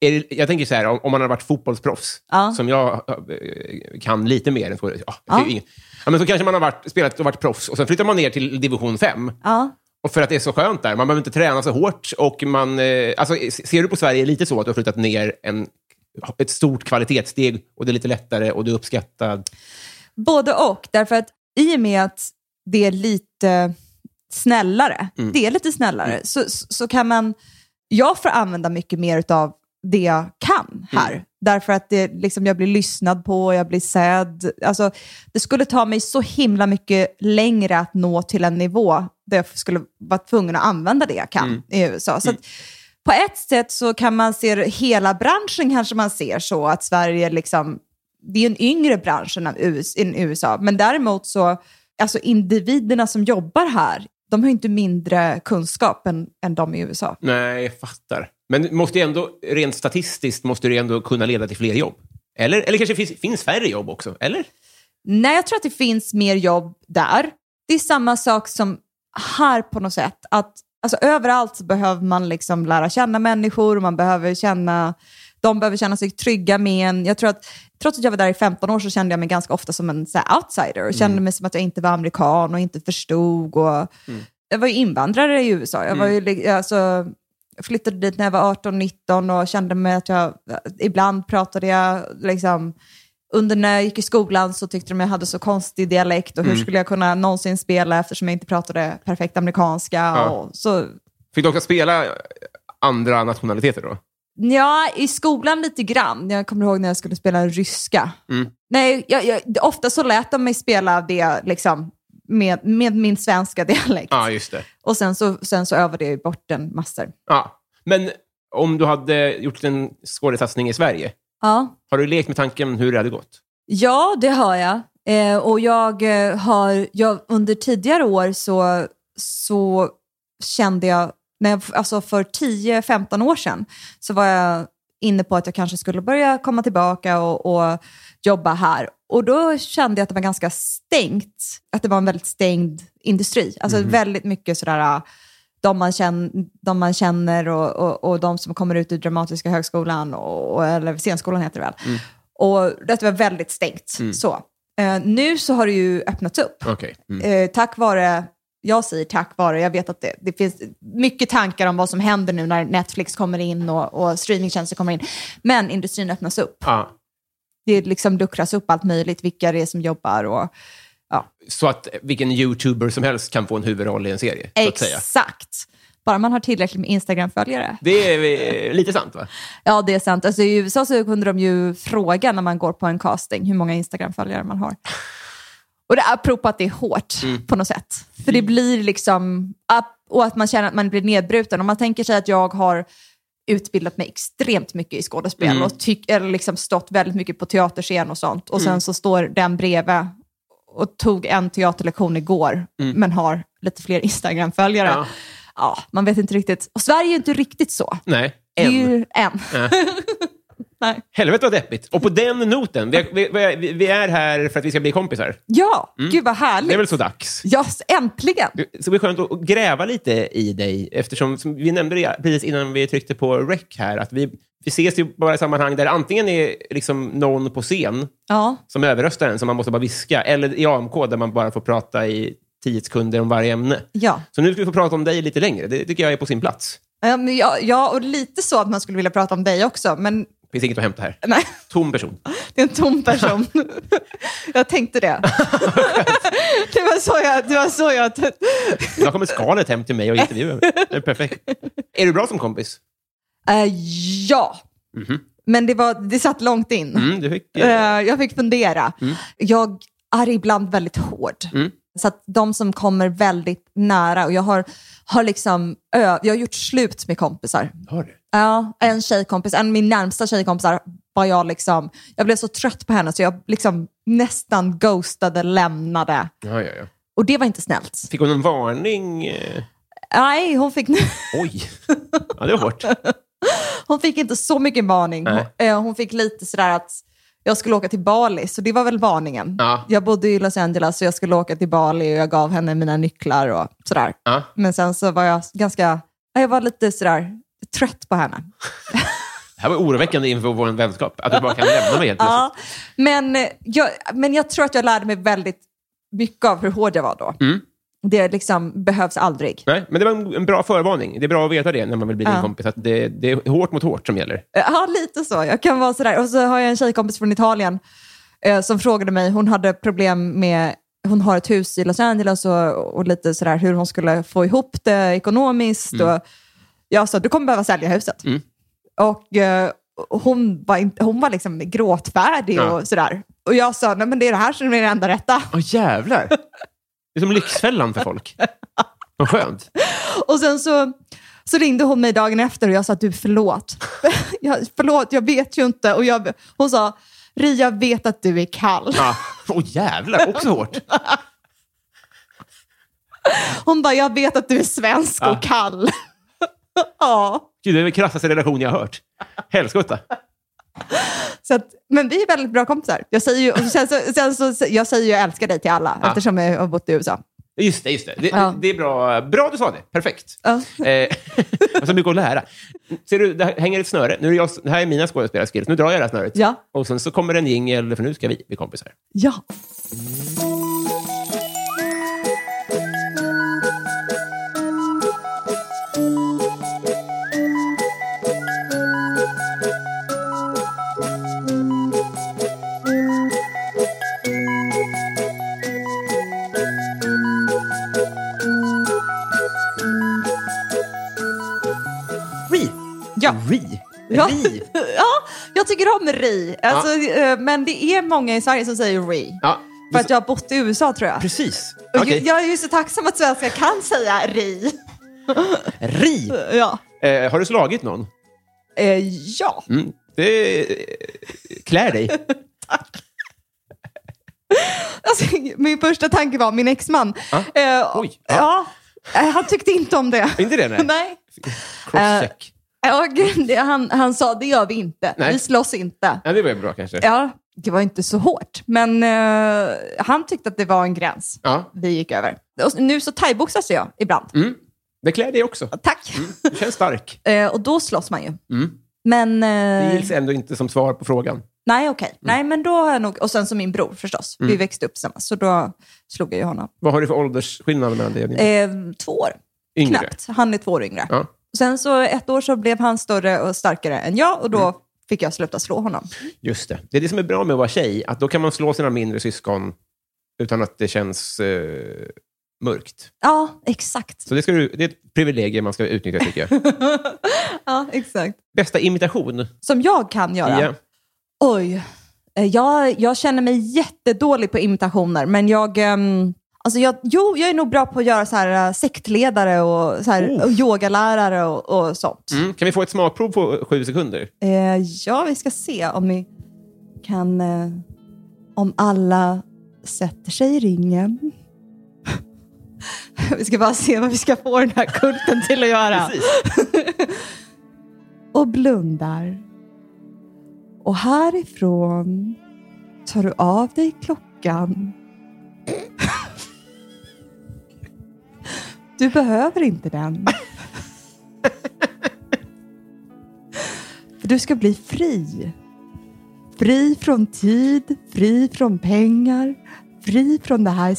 Speaker 1: är det, jag tänker så här, om, om man har varit fotbollsproffs,
Speaker 2: Ja.
Speaker 1: som jag eh, kan lite mer än så, ja, det är ju inget- ja, men så kanske man har varit, spelat och varit proffs och sen flyttar man ner till division 5.
Speaker 2: Ja.
Speaker 1: Och för att det är så skönt där. Man behöver inte träna så hårt. Och man, eh, alltså, ser du på Sverige lite så att du har flyttat ner en, ett stort kvalitetssteg och det är lite lättare och du är uppskattad?
Speaker 2: Både och, därför att i och med att det är lite snällare, det är lite snällare, så, så- så kan man, jag får använda mycket mer av det jag kan här. Därför att det, liksom, jag blir lyssnad på, jag blir sedd. Alltså, det skulle ta mig så himla mycket längre att nå till en nivå där jag skulle vara tvungen att använda det jag kan i USA. Så att, på ett sätt så kan man se hela branschen kanske man ser så att Sverige liksom, det är en yngre bransch än US, än USA. Men däremot så, alltså individerna som jobbar här, de har ju inte mindre kunskap än, än de i USA.
Speaker 1: Nej, jag fattar. Men du måste ju ändå, rent statistiskt måste det ju ändå kunna leda till fler jobb. Eller, eller kanske finns, finns färre jobb också? Eller?
Speaker 2: Nej, jag tror att det finns mer jobb där. Det är samma sak som här på något sätt. Att, alltså, överallt så behöver man liksom lära känna människor och man behöver känna, de behöver känna sig trygga med en. Jag tror att, trots att jag var där i 15 år så kände jag mig ganska ofta som en så här, outsider och kände mig som att jag inte var amerikan och inte förstod. Och, Jag var ju invandrare i USA. Jag var ju, li- alltså, jag flyttade dit när jag var 18-19 och kände mig att jag, ibland pratade jag liksom, under när jag gick i skolan så tyckte de jag hade så konstig dialekt och hur skulle jag kunna någonsin spela eftersom jag inte pratade perfekt amerikanska. Och så,
Speaker 1: Fick du också spela andra nationaliteter då?
Speaker 2: ja, i skolan lite grann. Jag kommer ihåg när jag skulle spela ryska. Nej, jag, jag, ofta så lät de mig spela det liksom, med, med min svenska dialekt.
Speaker 1: Ja, just det.
Speaker 2: Och sen så, sen så övade jag ju bort den massor.
Speaker 1: Ja. Men om du hade gjort en skådesatsning i Sverige,
Speaker 2: Ja.
Speaker 1: har du lekt med tanken hur det hade gått?
Speaker 2: Ja, det har jag. Eh, och jag eh, har, jag, under tidigare år så, så kände jag, när jag, alltså för 10-15 år sedan, så var jag inne på att jag kanske skulle börja komma tillbaka och, och jobba här. Och då kände jag att det var ganska stängt, att det var en väldigt stängd industri. Alltså väldigt mycket sådär, eh, de man känner, de man känner och, och, och de som kommer ut ur Dramatiska högskolan, och, och, eller scenskolan heter det väl.
Speaker 1: Mm.
Speaker 2: Och det var väldigt stängt. Så. Eh, nu så har det ju öppnats upp.
Speaker 1: Okej. Mm.
Speaker 2: Eh, tack vare, jag säger tack vare, jag vet att det, det finns mycket tankar om vad som händer nu när Netflix kommer in och, och streamingtjänster kommer in. Men industrin öppnas upp.
Speaker 1: Ja.
Speaker 2: Det liksom luckras upp allt möjligt, vilka det är som jobbar och
Speaker 1: Så att vilken youtuber som helst kan få en huvudroll i en serie, så att säga.
Speaker 2: exakt. Bara man har tillräckligt med Instagram-följare.
Speaker 1: Det är eh, lite sant, va?
Speaker 2: Ja, det är sant. Alltså, I USA så kunde de ju fråga när man går på en casting hur många Instagram-följare man har. Och det är apropå att det är hårt på något sätt. För det blir liksom, att- och att man känner att man blir nedbruten. Om man tänker sig att jag har utbildat mig extremt mycket i skådespel och tyck, eller liksom stått väldigt mycket på teaterscen och sånt. Och sen så står den bredvid och tog en teaterlektion igår, men har lite fler Instagram-följare.
Speaker 1: Ja.
Speaker 2: Ja. man vet inte riktigt. Och Sverige är ju inte riktigt så.
Speaker 1: Nej,
Speaker 2: Det är
Speaker 1: en. Eh.
Speaker 2: ju en. Nej.
Speaker 1: Helvete vad deppigt. Och på den noten, vi, vi, vi, vi är här för att vi ska bli kompisar.
Speaker 2: Ja, gud vad härligt.
Speaker 1: Mm. Det är väl så dags?
Speaker 2: Ja, s- äntligen.
Speaker 1: Det ska bli skönt att att gräva lite i dig, eftersom som vi nämnde det precis innan vi tryckte på rec här, att vi, vi ses ju bara i sammanhang där det antingen är liksom någon på scen
Speaker 2: Ja,
Speaker 1: som överröstar en, som man måste bara viska, eller i AMK där man bara får prata i tio sekunder om varje ämne.
Speaker 2: ja.
Speaker 1: Så nu ska vi få prata om dig lite längre. Det tycker jag är på sin plats.
Speaker 2: Ja, men ja, ja, och lite så att man skulle vilja prata om dig också, men
Speaker 1: Det finns inget att hämta här.
Speaker 2: nej,
Speaker 1: Tom person.
Speaker 2: det är en tom person. jag tänkte det. det, var så jag, det var så jag... t-
Speaker 1: Idag kommer skalet hem till mig och intervjuar mig. Det är perfekt. Är du bra som kompis?
Speaker 2: Eh, ja, men det, var, det satt långt in.
Speaker 1: Mhm. Mm, du fick, eh,
Speaker 2: Eh, jag fick fundera.
Speaker 1: Mm.
Speaker 2: Jag är ibland väldigt hård. Så att de som kommer väldigt nära, och jag har, har liksom ö- jag har gjort slut med kompisar.
Speaker 1: har du?
Speaker 2: Ja, en tjejkompis, en av min närmsta tjejkompisar var jag liksom, jag blev så trött på henne så jag liksom nästan ghostade, lämnade.
Speaker 1: Ja, ja, ja.
Speaker 2: Och det var inte snällt.
Speaker 1: Fick hon en varning? Eh,
Speaker 2: Nej, hon fick,
Speaker 1: Oj! Ja, det var hårt.
Speaker 2: hon fick inte så mycket varning. Hon, eh, hon fick lite sådär att jag skulle åka till Bali, så det var väl varningen.
Speaker 1: Ja.
Speaker 2: Jag bodde i Los Angeles så jag skulle åka till Bali och jag gav henne mina nycklar och sådär.
Speaker 1: Ja.
Speaker 2: Men sen så var jag ganska, eh, jag var lite sådär trött på henne.
Speaker 1: Det här var oroväckande inför vår vänskap, att du bara kan lämna mig helt plötsligt.
Speaker 2: Ja, men, eh, jag, men jag tror att jag lärde mig väldigt mycket av hur hård jag var då.
Speaker 1: Mm.
Speaker 2: Det liksom behövs aldrig.
Speaker 1: Nej, men det var en, en bra förvarning. Det är bra att veta det när man vill bli din
Speaker 2: Ja.
Speaker 1: kompis, att det, det är hårt mot hårt som gäller.
Speaker 2: Eh, Ja, lite så. Jag kan vara sådär. Och så har jag en tjejkompis från Italien eh, som frågade mig, hon hade problem med, hon har ett hus i Los Angeles och, och lite sådär hur hon skulle få ihop det ekonomiskt. Och jag sa, du kommer behöva sälja huset. Och eh, hon var, inte, hon var liksom gråtfärdig
Speaker 1: Ja.
Speaker 2: och sådär. Och jag sa, nej men det är det här som är det enda rätta.
Speaker 1: Åh, jävlar! Det är som Lyxfällan för folk. Vad skönt.
Speaker 2: Och sen så, så ringde hon mig dagen efter och jag sa, du förlåt. jag, förlåt, jag vet ju inte. Och jag, hon sa, Ria jag vet att du är kall.
Speaker 1: Ja. Åh, jävlar! Också hårt.
Speaker 2: Hon bara, jag vet att du är svensk
Speaker 1: Ja.
Speaker 2: och kall. ja,
Speaker 1: Gud, det är den krassaste relation jag har hört. Helskotta.
Speaker 2: så att, men vi är väldigt bra kompisar. Jag säger ju, och sen så, sen så, jag säger ju jag älskar dig till alla
Speaker 1: Ja.
Speaker 2: eftersom jag har bott i USA.
Speaker 1: Just det, just det. Det,
Speaker 2: Ja.
Speaker 1: det är bra. Bra du sa det. Perfekt.
Speaker 2: Ja.
Speaker 1: Eh, jag har så mycket att lära. Ser du, det här hänger ett snöre. Nu är jag, det här är mina skådespelarskills. Nu drar jag det här snöret.
Speaker 2: Ja.
Speaker 1: Och sen så kommer en jingel, för nu ska vi bli kompisar.
Speaker 2: Ja.
Speaker 1: Ri!
Speaker 2: Ja.
Speaker 1: Ri!
Speaker 2: Ja.
Speaker 1: Ri!
Speaker 2: ja, jag tycker om Ri. Alltså,
Speaker 1: Ah.
Speaker 2: eh, Men det är många i Sverige som säger Ri.
Speaker 1: Ja,
Speaker 2: För att jag har bott i USA tror jag.
Speaker 1: Ah. precis.
Speaker 2: Och
Speaker 1: Okej.
Speaker 2: ju- Jag är ju så tacksam att svenskar kan säga Ri.
Speaker 1: Ri!
Speaker 2: Eh, Ja.
Speaker 1: Eh, har du slagit någon?
Speaker 2: Eh, ja.
Speaker 1: Mm. Det eh, klär dig.
Speaker 2: Alltså, min första tanke var min exman.
Speaker 1: Ja.
Speaker 2: Eh, och-
Speaker 1: Ah. Oj. Ja.
Speaker 2: ja. eh, han tyckte inte om det.
Speaker 1: Inte det? Nej.
Speaker 2: Nej. eh,
Speaker 1: Crosscheck.
Speaker 2: Och, det- han, han sa, det gör vi inte.
Speaker 1: Nej.
Speaker 2: Vi slåss inte.
Speaker 1: Ja, det var ju bra kanske.
Speaker 2: Ja, det var inte så hårt, men eh, han tyckte att det var en gräns
Speaker 1: Ja.
Speaker 2: vi gick över. Och nu så thaiboxas jag ibland.
Speaker 1: Mm. Det klär dig också.
Speaker 2: Tack.
Speaker 1: Du känns stark.
Speaker 2: Eh, och då slåss man ju. Men... eh,
Speaker 1: Mm. Det gills Mm. ändå inte som svar på frågan.
Speaker 2: nej, okej. Nej, men då har jag nog... Och sen så min bror förstås. Vi
Speaker 1: Mm.
Speaker 2: växte upp tillsammans, så då slog jag ju honom.
Speaker 1: Vad har du för åldersskillnad mellan dig och din
Speaker 2: Eh, två år,
Speaker 1: yngre?
Speaker 2: knappt. Han är två år yngre.
Speaker 1: Ja.
Speaker 2: Sen så ett år så blev han större och starkare än jag och då
Speaker 1: Mm.
Speaker 2: fick jag sluta slå honom.
Speaker 1: Just det. Det är det som är bra med att vara tjej, att då kan man slå sina mindre syskon utan att det känns eh, mörkt.
Speaker 2: Ja, exakt.
Speaker 1: Så det, ska du, det är ett privilegium man ska utnyttja, tycker jag.
Speaker 2: Ja, exakt.
Speaker 1: Bästa imitation?
Speaker 2: Som jag kan göra.
Speaker 1: Ja.
Speaker 2: Oj. Eh, Jag, jag känner mig jättedålig på imitationer, men jag... ehm, alltså jag jo, jag är nog bra på att göra så här, eh, sektledare och, så här,
Speaker 1: Oh.
Speaker 2: och yogalärare och, och sånt.
Speaker 1: Mm. Kan vi få ett smakprov på sju sekunder?
Speaker 2: Eh, ja, vi ska se om vi kan... Eh, om alla sätter sig i ringen. Vi ska bara se vad vi ska få den här kulten till att göra. och blundar. Och härifrån tar du av dig klockan. Du behöver inte den. För du ska bli fri. Fri från tid, fri från pengar, fri från det här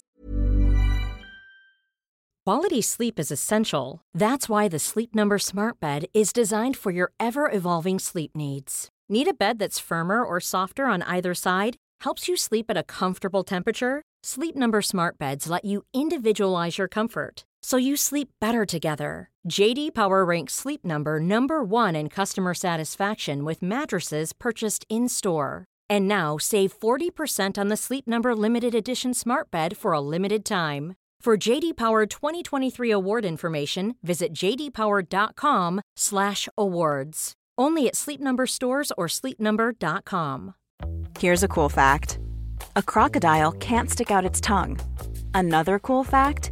Speaker 4: Quality sleep is essential. That's why the Sleep Number Smart Bed is designed for your ever evolving sleep needs. Need a bed that's firmer or softer on either side? Helps you sleep at a comfortable temperature? Sleep Number Smart Beds let you individualize your comfort so you sleep better together. JD Power ranks Sleep Number number 1 in customer satisfaction with mattresses purchased in-store. And now save 40% on the Sleep Number limited edition Smart Bed for a limited time. For JD Power 2023 award information, visit jdpower.com/awards. Only at Sleep Number stores or sleepnumber.com.
Speaker 5: Here's a cool fact a crocodile can't stick out its tongue. Another cool fact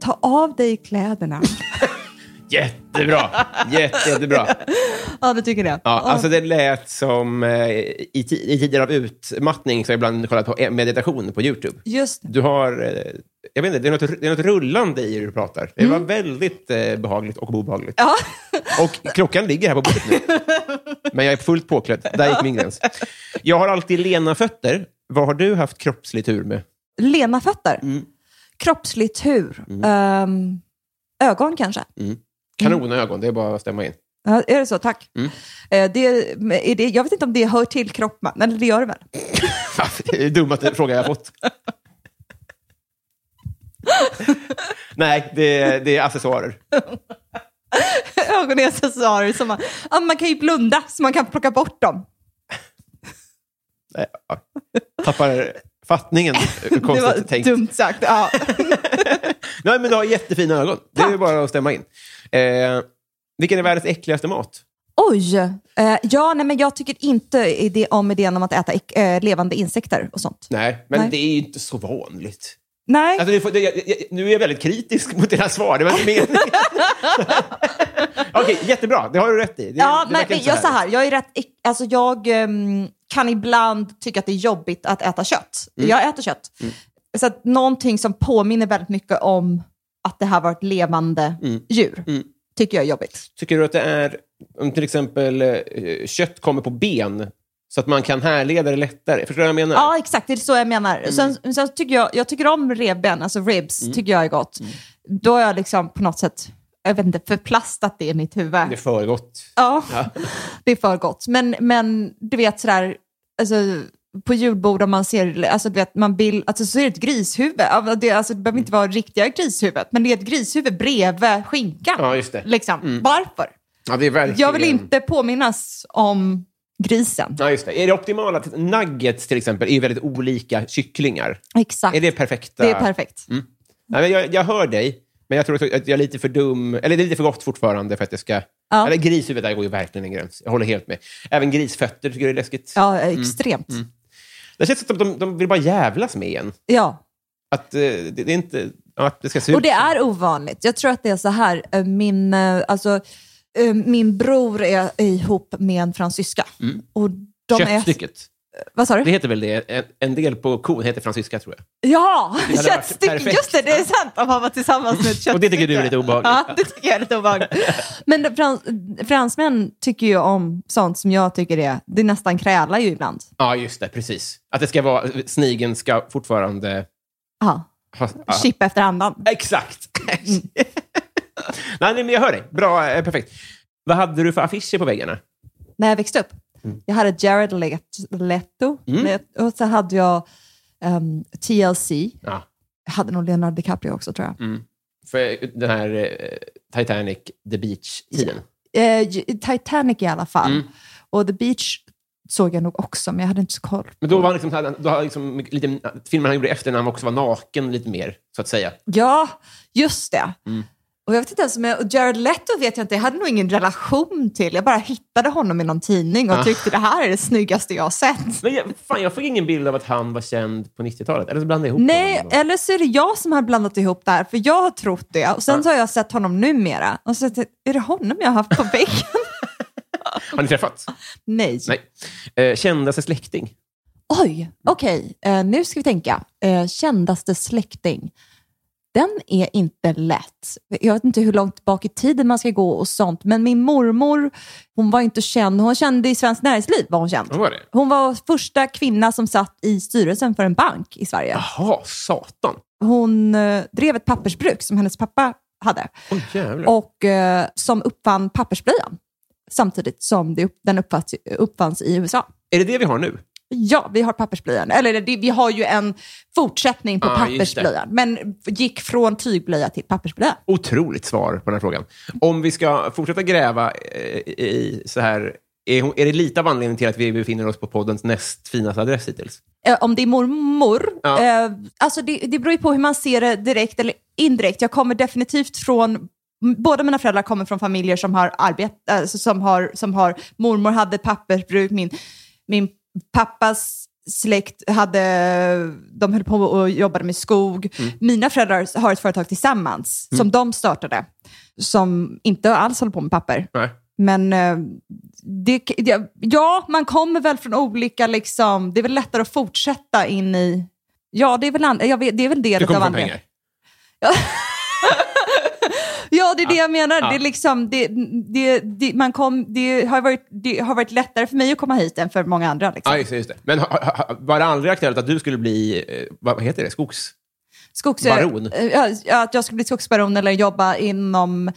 Speaker 2: Ta av dig kläderna.
Speaker 1: Jättebra! Jätte, jättebra.
Speaker 2: ja, du tycker det?
Speaker 1: Ja, alltså det lät som... eh, I, ti- I tider av utmattning så har jag ibland kollat på e-, meditation på YouTube.
Speaker 2: Just det.
Speaker 1: Du har... eh, Jag vet inte, det är något, det är något rullande i hur du pratar. Det var väldigt eh, behagligt och obehagligt.
Speaker 2: Ja.
Speaker 1: Och klockan ligger här på bordet nu. Men jag är fullt påklädd. Där gick min gräns. Jag har alltid lena fötter. Vad har du haft kroppslig tur med?
Speaker 2: Lena fötter. Kroppslig tur. Ehm, ögon kanske.
Speaker 1: Kanonögon, det är bara att stämma in.
Speaker 2: Ja, är det så? Tack. Eh, det, är det, jag vet inte om det hör till kropp, men eller det gör det väl?
Speaker 1: Fan, Det är den dummaste frågan jag har fått. Nej, det är, det är accessoarer.
Speaker 2: Ögon är accessoarer som man, ja, man kan ju blunda så man kan plocka bort dem.
Speaker 1: Nej, ja. Tappar fattningen hur
Speaker 2: Det
Speaker 1: konstigt
Speaker 2: var
Speaker 1: tänkt.
Speaker 2: dumt sagt. Ja.
Speaker 1: Nej, men du har jättefina ögon. Det är
Speaker 2: Tack.
Speaker 1: bara att stämma in. Eh, vilken är världens äckligaste mat?
Speaker 2: Oj! Eh, ja, nej, men jag tycker inte i det, om idén om att äta äck- eh, levande insekter och sånt.
Speaker 1: Nej, men
Speaker 2: Nej.
Speaker 1: det är ju inte så vanligt.
Speaker 2: Nej.
Speaker 1: Alltså, det, får- det, jag, jag, nu är jag väldigt kritisk mot dina svar. Det var inte meningen. Okej, jättebra. Det har du rätt i. Det, det
Speaker 2: Ja, men
Speaker 1: verkar
Speaker 2: men
Speaker 1: inte
Speaker 2: jag, så här, jag, är rätt, äck- alltså jag ehm, kan ibland tycka att det är jobbigt att äta kött.
Speaker 1: Mm.
Speaker 2: Jag äter kött. Så att någonting som påminner väldigt mycket om att det här var ett levande
Speaker 1: Mm.
Speaker 2: djur tycker jag är jobbigt.
Speaker 1: Tycker du att det är, om till exempel eh, kött kommer på ben, så att man kan härleda det lättare? Förstår du vad jag menar?
Speaker 2: Ja, exakt. Det är så jag menar.
Speaker 1: Mm.
Speaker 2: Sen, sen tycker jag, jag tycker om revben, alltså ribs, tycker jag är gott.
Speaker 1: Mm.
Speaker 2: Då har jag liksom på något sätt, jag vet inte, förplastat det i mitt huvud.
Speaker 1: Det är för gott.
Speaker 2: Ja, det är för gott. Men, men du vet sådär, alltså, på julbord om man ser, alltså, du vet, man vill, alltså, så är det ett grishuvud. Ja, Det, alltså, det behöver inte vara riktiga grishuvudet, men det är ett grishuvud bredvid skinkan.
Speaker 1: Ja, just det.
Speaker 2: Liksom. Varför?
Speaker 1: Ja, det är verkligen...
Speaker 2: Jag vill inte påminnas om grisen.
Speaker 1: Ja, just det. Är det optimala att nuggets till exempel är väldigt olika kycklingar?
Speaker 2: Exakt.
Speaker 1: Är det Mm. perfekta?
Speaker 2: Det är perfekt.
Speaker 1: Nej, men jag, jag hör dig, men jag tror också att jag är lite för dum. Eller det är lite för gott fortfarande för att jag ska...
Speaker 2: Ja.
Speaker 1: Eller grishuvudet, där går ju verkligen en gräns. Jag håller helt med. Även grisfötter tycker jag är läskigt.
Speaker 2: Ja, extremt.
Speaker 1: Mm. Det känns som att de, de vill bara jävlas med en.
Speaker 2: Ja.
Speaker 1: Att eh, det, det är inte... ja, Att det ska se ut
Speaker 2: Och det är ovanligt. Jag tror att det är så här, eh, min, eh, alltså, eh, min bror är ihop med en fransyska. Och de är,
Speaker 1: Köttstycket.
Speaker 2: vad sa du?
Speaker 1: Mm. Det heter väl det? En, en del på kon heter fransyska, tror jag.
Speaker 2: Ja,
Speaker 1: hade varit
Speaker 2: köttstycke.
Speaker 1: perfekt.
Speaker 2: Just det, det är sant. Om han var tillsammans med ett köttstycke.
Speaker 1: Och det tycker du är lite obehagligt.
Speaker 2: Ja, det tycker jag är lite obehagligt. Men det- frans, fransmän tycker ju om sånt som jag tycker är, det nästan krälar ju ibland.
Speaker 1: Ja, just det. Precis. Att det ska vara... Snigeln ska fortfarande...
Speaker 2: Ja,
Speaker 1: Ha, ja.
Speaker 2: chip efter andan.
Speaker 1: Exakt! nej, nej, men jag hör dig. Bra, eh, perfekt. Vad hade du för affischer på väggarna? Mm.
Speaker 2: När jag växte upp, jag hade Jared Let- Leto Let- och så hade jag ehm, TLC.
Speaker 1: Ja.
Speaker 2: Hade nog Leonardo DiCaprio också tror jag.
Speaker 1: För den här eh, Titanic, The Beach-tiden.
Speaker 2: Eh, Titanic i alla fall. Och The Beach såg jag nog också, men jag hade inte så koll.
Speaker 1: Men då var han liksom, så här- då har han liksom lite, filmen han gjorde efter när han också var naken lite mer, så att säga.
Speaker 2: Ja, just det. Och jag vet inte ens, men och Jared Leto vet jag inte, jag hade nog ingen relation till. Jag bara hittade honom i någon tidning och tyckte det här är det snyggaste jag har sett.
Speaker 1: Men jag, fan, jag fick ingen bild av att han var känd på 90-talet. Eller så blandade jag ihop
Speaker 2: Nej, eh,
Speaker 1: honom. då.
Speaker 2: eller så är det jag som har blandat ihop det här, för jag har trott det. Och sen så har jag sett honom numera. Och så är det honom jag har haft på väggen?
Speaker 1: Har ni träffats?
Speaker 2: Nej.
Speaker 1: Nej. Eh, kändaste släkting?
Speaker 2: Oj,
Speaker 1: Mm.
Speaker 2: okej. Eh, nu ska vi tänka. Eh, kändaste släkting. Den är inte lätt. Jag vet inte hur långt bak i tiden man ska gå och sånt, men min mormor, hon var inte känd. Hon kände i Svenskt Näringsliv, var hon känd.
Speaker 1: Vad var det?
Speaker 2: Hon var första kvinna som satt i styrelsen för en bank i Sverige.
Speaker 1: Jaha, satan.
Speaker 2: Hon eh, drev ett pappersbruk som hennes pappa hade
Speaker 1: Åh jävlar.
Speaker 2: och eh, som uppfann pappersblöjan samtidigt som det, upp- den uppfanns, uppfanns i USA.
Speaker 1: Är det det vi har nu?
Speaker 2: Ja, vi har pappersblöjan. Eller det- vi har ju en fortsättning på
Speaker 1: Ja, just det.
Speaker 2: pappersblöjan, men gick från tygblöja till pappersblöja.
Speaker 1: Otroligt svar på den här frågan. Om vi ska fortsätta gräva eh, i så här... Är, hon, är det lite av anledningen till att vi befinner oss på poddens näst finaste adress hittills?
Speaker 2: Eh, om det är mormor,
Speaker 1: Ja.
Speaker 2: eh, alltså det, det beror ju på hur man ser det direkt eller indirekt. Jag kommer definitivt från m- Båda mina föräldrar kommer från familjer som har arbet, alltså som har, som har, mormor hade pappersbruk, min, min pappas släkt hade, de höll på och jobbade med skog. Mina föräldrar har ett företag tillsammans som de startade, som inte alls håller på med papper.
Speaker 1: Nej.
Speaker 2: Men eh, det, det, ja, man kommer väl från olika, liksom, det är väl lättare att fortsätta in i... Ja, det är väl, an, jag vet, det, är väl det
Speaker 1: Du
Speaker 2: av
Speaker 1: kommer från
Speaker 2: anledningen.
Speaker 1: pengar.
Speaker 2: Ja, det är det jag menar.
Speaker 1: Ja.
Speaker 2: Det, är liksom, det, det, det, man kom, det, har varit, det har varit lättare för mig att komma hit än för många andra. Liksom.
Speaker 1: Ja, just det, just det. Men ha, ha, ha- var det aldrig aktuellt att du skulle bli, eh, vad heter det, skogs...
Speaker 2: Skogs, eh,
Speaker 1: Baron.
Speaker 2: Ja, ja, att jag skulle bli skogsbaron eller jobba inom...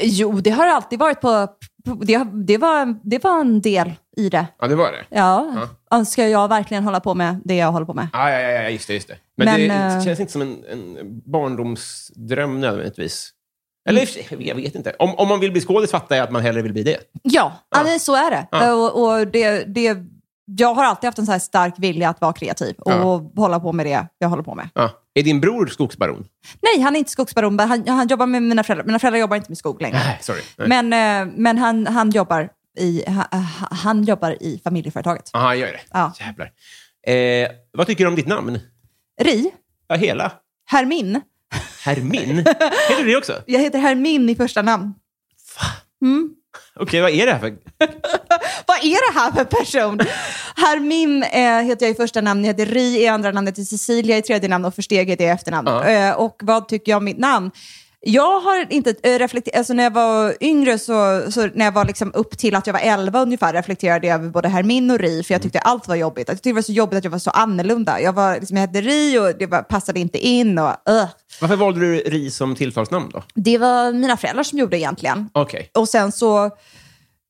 Speaker 2: Jo, det har alltid varit på... på det, har- det, var, det var en del i det.
Speaker 1: Ja, det var det.
Speaker 2: Ja, önskar jag verkligen hålla på med det jag håller på med.
Speaker 1: Ja, ja, ja, ja, just det. Just det. Men,
Speaker 2: Men,
Speaker 1: det
Speaker 2: eh,
Speaker 1: känns inte som en, en barndomsdröm nödvändigtvis. Eller i och för sig, jag vet inte. Om, om man vill bli skådis fattar jag att man hellre vill bli det.
Speaker 2: Ja, alltså, så är det. Och, och det, det. Jag har alltid haft en så här stark vilja att vara kreativ och hålla på med det jag håller på med.
Speaker 1: Ja. Är din bror skogsbaron?
Speaker 2: Nej, han är inte skogsbaron. men Han, han jobbar med mina föräldrar. Mina föräldrar jobbar inte med skog längre.
Speaker 1: Nej, sorry. Nej.
Speaker 2: Men, eh, men han, han, jobbar i, han, han jobbar i familjeföretaget.
Speaker 1: Aha, gör det.
Speaker 2: Ja.
Speaker 1: Jävlar. Eh, vad tycker du om ditt namn?
Speaker 2: Ri,
Speaker 1: Ja, hela.
Speaker 2: Hermin.
Speaker 1: Hermin? Heter du det också?
Speaker 2: Jag heter Hermin i första namn.
Speaker 1: Okej, vad är det här för...
Speaker 2: Vad är det här för person? Hermin eh, heter jag i första namn, jag heter Ri i andra namn, jag heter Cecilia i tredje namn och Försteget i efternamn. Eh, och vad tycker jag om mitt namn? Jag har inte eh, reflekterat, alltså när jag var yngre, så, så när jag var liksom upp till att jag var 11 ungefär, reflekterade jag över både Hermin och Ri, för jag tyckte allt var jobbigt. Jag tyckte det var så jobbigt att jag var så annorlunda. Jag, var, liksom, jag hette Ri och det var, passade inte in. Och, ugh.
Speaker 1: Varför valde du Ri som tilltalsnamn då?
Speaker 2: Det var mina föräldrar som gjorde egentligen.
Speaker 1: Okej.
Speaker 2: Och sen så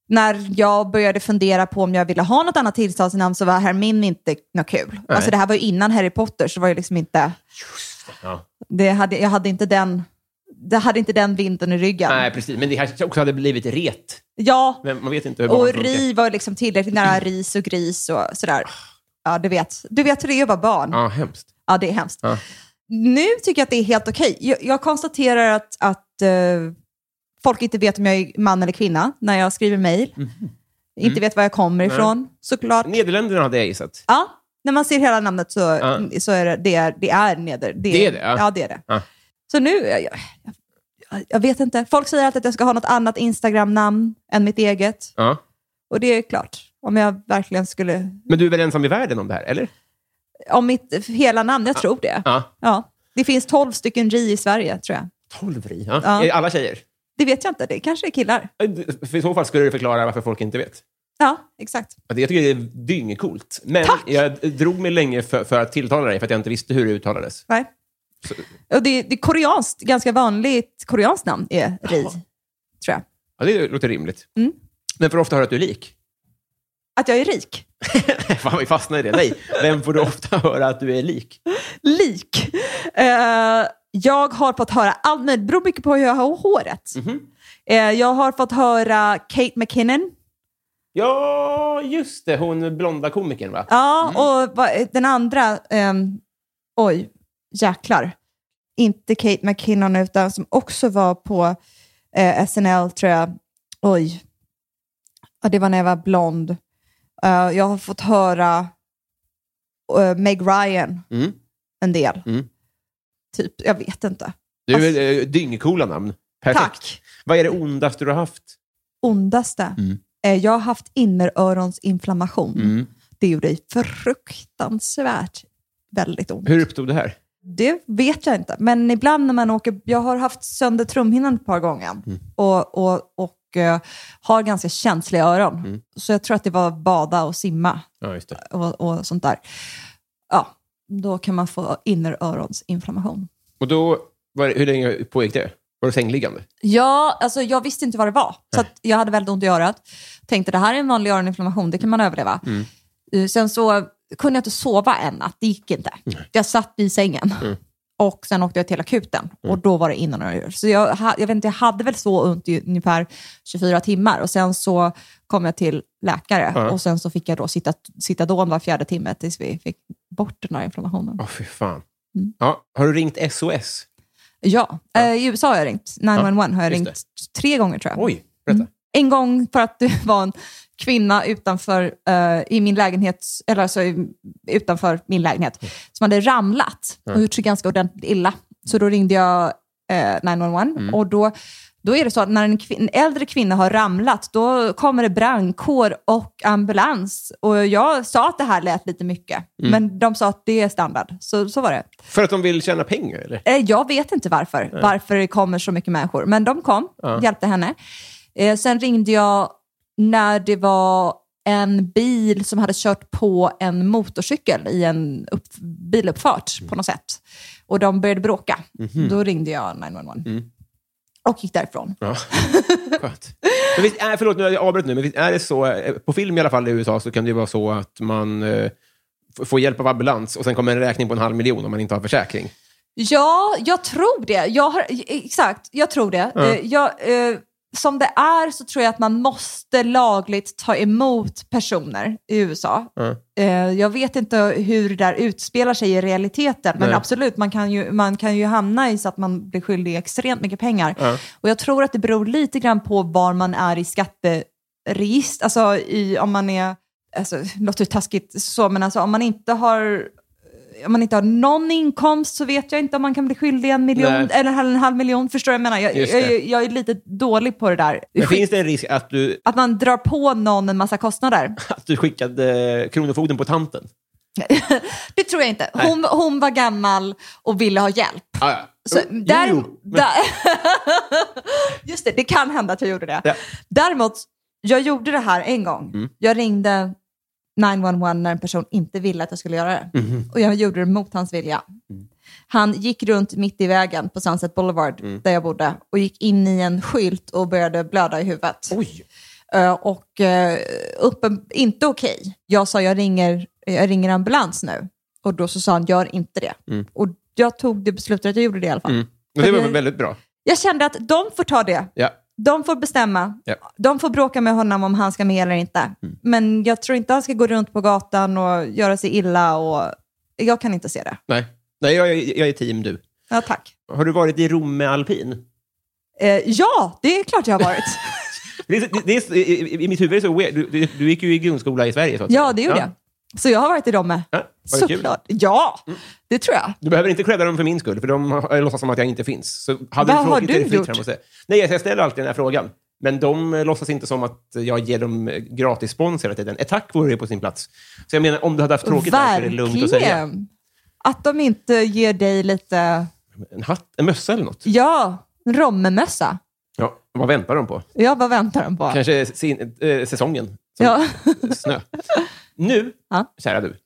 Speaker 2: när jag började fundera på om jag ville ha något annat tillståndsnamn så var Hermin inte något kul. Alltså det här var ju innan Harry Potter, så var jag liksom inte...
Speaker 1: Ja.
Speaker 2: Det hade, jag hade inte den... Det hade inte den vinden i ryggen.
Speaker 1: Nej, precis. Men det kanske också hade blivit ret.
Speaker 2: Ja,
Speaker 1: Men man vet inte hur barn
Speaker 2: och
Speaker 1: funkar.
Speaker 2: Ri var liksom tillräckligt nära ris och gris och sådär.
Speaker 1: Ah.
Speaker 2: Ja, du vet. Du vet hur det är att vara barn.
Speaker 1: Ja, hemskt.
Speaker 2: Ja, det är hemskt.
Speaker 1: Ja.
Speaker 2: Nu tycker jag att det är helt okej. Jag, jag konstaterar att, att eh, folk inte vet om jag är man eller kvinna när jag skriver mejl.
Speaker 1: Mhm.
Speaker 2: Inte
Speaker 1: Mm.
Speaker 2: vet var jag kommer ifrån, såklart.
Speaker 1: Nederländerna hade jag gissat.
Speaker 2: Ja, när man ser hela namnet så, så är det, det, är, det är neder.
Speaker 1: Det är det, ja.
Speaker 2: Ja, det är det.
Speaker 1: Ja.
Speaker 2: Så nu, jag, jag, jag- jag vet inte. Folk säger alltid att jag ska ha något annat Instagram-namn än mitt eget.
Speaker 1: Ja.
Speaker 2: Och det är klart, om jag verkligen skulle...
Speaker 1: Men du är väl ensam i världen om det här, eller?
Speaker 2: Om mitt hela namn, jag tror det.
Speaker 1: Ja.
Speaker 2: Ja. Det finns tolv stycken Ri i Sverige, tror jag.
Speaker 1: Tolv ri? Ja.
Speaker 2: Ja.
Speaker 1: Är det alla tjejer? Eh,
Speaker 2: Det vet jag inte, det kanske är killar.
Speaker 1: För I så fall skulle det förklara varför folk inte vet.
Speaker 2: Ja, exakt.
Speaker 1: Att Jag tycker det är dyngcoolt. Men jag drog mig länge för, för att tilltala dig, för att jag inte visste hur det uttalades.
Speaker 2: Nej. Och det, det är koreanskt, ganska vanligt koreanskt namn är Ri, tror jag.
Speaker 1: Ja, det låter rimligt. Men för ofta hör jag att du är lik.
Speaker 2: Att jag är rik.
Speaker 1: Fan, vi fastnar i det. Nej, vem får du ofta höra att du är lik?
Speaker 2: Lik. Eh, jag har fått höra allt möjligt. Det beror mycket på hur jag har håret. Eh, jag har fått höra Kate McKinnon.
Speaker 1: Ja, just det. Hon blonda komikern, va?
Speaker 2: Ja, och va, den andra, ehm, oj, jäklar. Inte Kate McKinnon, utan som också var på eh, SNL, tror jag. Oj. Ja, det var när jag var blond. Eh, jag har fått höra eh, Meg Ryan
Speaker 1: Mm.
Speaker 2: en del.
Speaker 1: Mm.
Speaker 2: Typ, jag vet inte.
Speaker 1: Du är eh, dyngcoola namn. Perfekt.
Speaker 2: Tack.
Speaker 1: Vad är det ondaste du har haft?
Speaker 2: Ondaste.
Speaker 1: Mm.
Speaker 2: Eh, jag har haft inneröronsinflammation.
Speaker 1: Mm.
Speaker 2: Det gjorde fruktansvärt väldigt ont.
Speaker 1: Hur uppstod det här?
Speaker 2: Det vet jag inte, men ibland när man åker... Jag har haft sönder trumhinnan ett par gånger och, och, och eh, har ganska känsliga öron. Så jag tror att det var bada och simma
Speaker 1: Ja, just det.
Speaker 2: och, och sånt där. Ja, då kan man få inneröronsinflammation.
Speaker 1: Och då, var det, hur länge pågick det? Var du sängliggande?
Speaker 2: Ja, alltså jag visste inte vad det var, så att jag hade väldigt ont i örat. Tänkte det här är en vanlig öroninflammation, det kan man överleva.
Speaker 1: Mm.
Speaker 2: Eh, Sen så kunde jag inte sova en natt, det gick inte. Jag satt i sängen
Speaker 1: Mm.
Speaker 2: och sen åkte jag till akuten och då var det innan jag Så jag, ha- jag vet inte, jag hade väl så ont i ungefär 24 timmar och sen så kom jag till läkare och sen så fick jag då sitta, sitta då var fjärde timme tills vi fick bort den här inflammationen.
Speaker 1: Ja, fy fan. Ja, har du ringt SOS?
Speaker 2: Ja, Eh, i USA har jag ringt, 911 har jag
Speaker 1: just
Speaker 2: ringt tre gånger tror jag.
Speaker 1: Oj, berätta.
Speaker 2: en gång för att du var en kvinna utanför, eh, i min lägenhet, eller alltså, i- utanför min lägenhet som hade ramlat och gjort sig ganska ordentligt illa. Så då ringde jag eh, 911 och då, då är det så att när en, kvin- en äldre kvinna har ramlat då kommer det brandkår och ambulans. Och jag sa att det här lät lite mycket, men de sa att det är standard. Så, så var det.
Speaker 1: För att de vill tjäna pengar, eller?
Speaker 2: Eh, Jag vet inte varför, varför det kommer så mycket människor. Men de kom, hjälpte henne. Eh, Sen ringde jag när det var en bil som hade kört på en motorcykel i en upp, biluppfart på något sätt. Och de började bråka. Då ringde jag 911 och gick därifrån.
Speaker 1: Ja. Skönt. Men visst, äh, förlåt, nu har jag avbröt nu, men visst, är det så, eh, på film i alla fall i USA så kan det ju vara så att man eh, f- får hjälp av ambulans och sen kommer en räkning på en halv miljon om man inte har försäkring.
Speaker 2: Ja, jag tror det. Jag har, exakt, jag tror det. Eh, Jag, eh, som det är så tror jag att man måste lagligt ta emot personer i USA. Eh, jag vet inte hur det där utspelar sig i realiteten, men
Speaker 1: Nej.
Speaker 2: absolut, man kan, ju, man kan ju hamna i så att man blir skyldig extremt mycket pengar. Och jag tror att det beror lite grann på var man är i skatteregister, alltså i, om man är, alltså, låter taskigt så, men alltså om man inte har om man inte har någon inkomst så vet jag inte om man kan bli skyldig en miljon
Speaker 1: Nej.
Speaker 2: eller en halv- en halv miljon. Förstår du vad jag menar? Jag,
Speaker 1: Just
Speaker 2: jag,
Speaker 1: det.
Speaker 2: jag, är lite dålig på det där.
Speaker 1: Men finns det en risk att du,
Speaker 2: Att man drar på någon en massa kostnader.
Speaker 1: att du skickade Kronofogden på tanten?
Speaker 2: Det tror jag inte. Hon, hon var gammal och ville ha hjälp.
Speaker 1: Ah, ja.
Speaker 2: Så
Speaker 1: Jo, jo,
Speaker 2: där,
Speaker 1: jo. Men-
Speaker 2: där, just det, det kan hända att jag gjorde det.
Speaker 1: Ja. Mm.
Speaker 2: Däremot, jag gjorde det här en gång. Jag ringde 911 när en person inte ville att jag skulle göra det.
Speaker 1: Mm-hmm.
Speaker 2: Och jag gjorde det mot hans vilja.
Speaker 1: Mm.
Speaker 2: Han gick runt mitt i vägen på Sunset Boulevard,
Speaker 1: Mm.
Speaker 2: där jag bodde, och gick in i en skylt och började blöda i huvudet.
Speaker 1: Oj!
Speaker 2: Eh, och eh, uppen, inte okej. Jag sa jag ringer, jag ringer ambulans nu. Och då så sa han, gör inte det.
Speaker 1: Mm.
Speaker 2: Och jag tog det beslutet att jag gjorde det i alla fall.
Speaker 1: Men det var
Speaker 2: För
Speaker 1: väl
Speaker 2: det-
Speaker 1: väldigt bra.
Speaker 2: Jag kände att de får ta det.
Speaker 1: Ja.
Speaker 2: De får bestämma.
Speaker 1: Ja. Mm.
Speaker 2: De får bråka med honom om han ska med eller inte. Men jag tror inte han ska gå runt på gatan och göra sig illa. Och... Jag kan inte se det.
Speaker 1: Nej, Nej jag, jag, jag är team du.
Speaker 2: Ja, tack.
Speaker 1: Har du varit i Rom med alpin?
Speaker 2: Eh, ja, det är klart jag har varit.
Speaker 1: Det är, så- det är, så- i, i- I mitt huvud är det så weird. Du, du, du gick ju i grundskola i Sverige. Så att
Speaker 2: ja,
Speaker 1: säga.
Speaker 2: det gjorde jag. Så jag har varit i dem med.
Speaker 1: Ja, var det kul? Mm.
Speaker 2: Såklart. Ja, det tror jag.
Speaker 1: Du behöver inte credda dem för min skull, för de har- jag låtsas som att jag inte finns. Så hade
Speaker 2: Vad
Speaker 1: du
Speaker 2: har
Speaker 1: tråkigt är
Speaker 2: du
Speaker 1: det fritt
Speaker 2: gjort?
Speaker 1: fram att säga. Nej, jag ställer alltid den här frågan. Men de eh, låtsas inte som att jag ger dem eh, gratis spons hela tiden. Ett tack vore ju på sin plats. Så jag menar, om du hade haft tråkigt där så är det lugnt att säga.
Speaker 2: Verkligen. Att de inte ger dig lite,
Speaker 1: En hatt, en mössa eller något.
Speaker 2: ja, en rommemössa.
Speaker 1: Ja, vad väntar de på?
Speaker 2: Ja, vad väntar de på?
Speaker 1: Kanske sin, eh, säsongen. som
Speaker 2: Ja.
Speaker 1: Snö. Nu,
Speaker 2: Ja.
Speaker 1: kära du,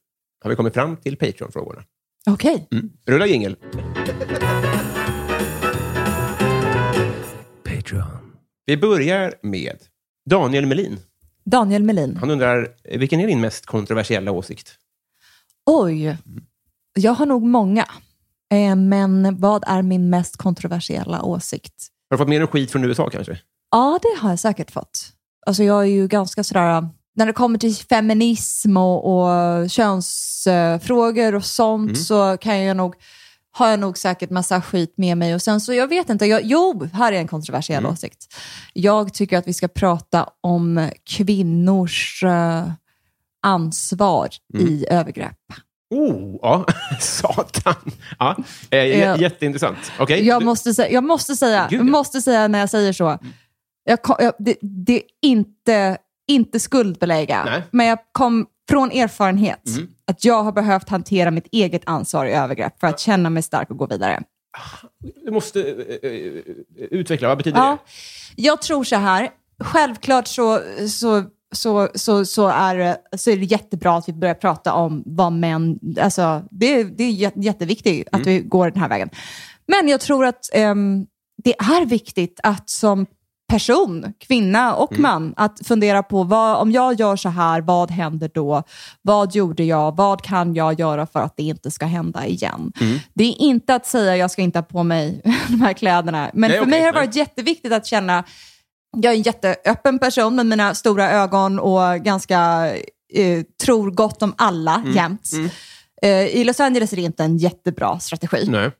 Speaker 1: har vi kommit fram till Patreon-frågorna.
Speaker 2: Okej.
Speaker 1: Rulla jingel. Vi börjar med Daniel Melin
Speaker 2: Daniel Melin.
Speaker 1: Han undrar, eh, vilken är din mest kontroversiella åsikt?
Speaker 2: Oj, jag har nog många. Eh, men vad är min mest kontroversiella åsikt?
Speaker 1: Har du fått mer än skit från USA kanske?
Speaker 2: Ja, det har jag säkert fått. Alltså jag är ju ganska sådär, när det kommer till feminism och, och könsfrågor och sånt så kan jag nog, har jag nog säkert massa skit med mig. Och sen så, jag vet inte, jag, jo, här är en kontroversiell åsikt. Jag tycker att vi ska prata om kvinnors eh, ansvar i övergrepp.
Speaker 1: Oh, ja. Satan. Ja. Eh, j-
Speaker 2: Ja.
Speaker 1: Jätteintressant. Okej.
Speaker 2: Jag
Speaker 1: Du-
Speaker 2: måste, sä- jag måste säga,
Speaker 1: Gud,
Speaker 2: jag
Speaker 1: ja.
Speaker 2: måste säga när jag säger så. Jag, ko- jag, det, det är inte, inte skuldbelägga,
Speaker 1: Nej. Mm.
Speaker 2: men jag kom från erfarenhet att jag har behövt hantera mitt eget ansvar i övergrepp för att känna mig stark och gå vidare.
Speaker 1: Du måste eh, eh, utveckla, vad betyder
Speaker 2: Ja, jag tror så här, självklart så, så, så, så, så, är, det- så är det jättebra att vi börjar prata om vad män... Alltså, det, är- det är jä- jätteviktigt att vi går den här vägen. Men jag tror att ehm, det är viktigt att som person, kvinna och man, att fundera på vad, om jag gör så här, vad händer då? Vad gjorde jag? Vad kan jag göra för att det inte ska hända igen? Det är inte att säga jag ska inte ha på mig de här kläderna, men
Speaker 1: Nej,
Speaker 2: för
Speaker 1: okej,
Speaker 2: mig har det
Speaker 1: nej.
Speaker 2: varit jätteviktigt att känna jag är en jätteöppen person med mina stora ögon och ganska eh, tror gott om alla
Speaker 1: Mm,
Speaker 2: jämt. Eh, I Los Angeles är det inte en jättebra strategi
Speaker 1: det? Nej.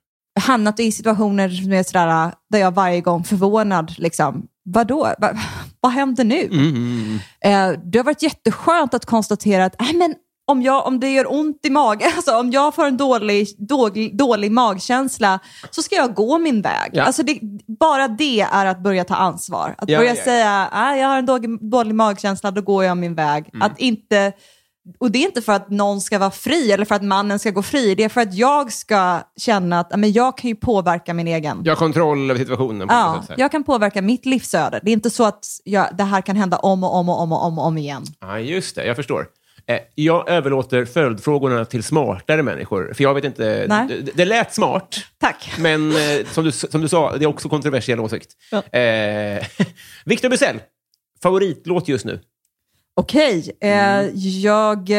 Speaker 2: hamnat i situationer som är sådär, äh, där jag varje gång förvånad. Liksom, Vadå? Va, vad händer nu?
Speaker 1: Mm.
Speaker 2: Eh, det har varit jätteskönt att konstatera att äh, men, om, jag, om det gör ont i magen, alltså, om jag får en dålig, dålig, dålig magkänsla så ska jag gå min väg.
Speaker 1: Ja.
Speaker 2: Alltså, det, bara det är att börja ta ansvar. Att
Speaker 1: Ja,
Speaker 2: börja
Speaker 1: ja, ja.
Speaker 2: säga äh, jag har en dålig, dålig magkänsla, då går jag min väg.
Speaker 1: Mm.
Speaker 2: Att inte... Och det är inte för att någon ska vara fri eller för att mannen ska gå fri. Det är för att jag ska känna att ja, men jag kan ju påverka min egen.
Speaker 1: Jag har kontroll över situationen. På
Speaker 2: Ja,
Speaker 1: något sätt.
Speaker 2: jag kan påverka mitt livsöde. Det är inte så att jag, det här kan hända om och om och om och om, och om igen.
Speaker 1: Ja, just det. Jag förstår. Eh, Jag överlåter följdfrågorna till smartare människor. För jag vet inte...
Speaker 2: Nej.
Speaker 1: Det, det lät smart,
Speaker 2: Tack.
Speaker 1: men eh, som, du, som du sa, det är också kontroversiell åsikt.
Speaker 2: Ja.
Speaker 1: Eh, Victor Bussell, favoritlåt just nu?
Speaker 2: Okej, eh, jag... Eh,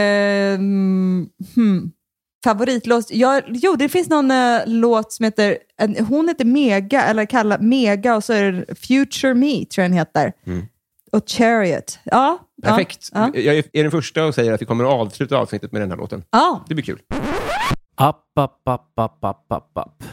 Speaker 2: mm, hmm. Favoritlåt? Jag, jo, det finns någon eh, låt som heter... En, hon heter Mega, eller kallar Mega, och så är det Future Me, tror jag den heter. Och Chariot. Ja, ja,
Speaker 1: Perfekt.
Speaker 2: Ja,
Speaker 1: Jag är, är den första och säger att vi kommer att avsluta avsnittet med den här låten.
Speaker 2: ja.
Speaker 1: Det blir kul.
Speaker 6: App, app, app, app, app, app, app.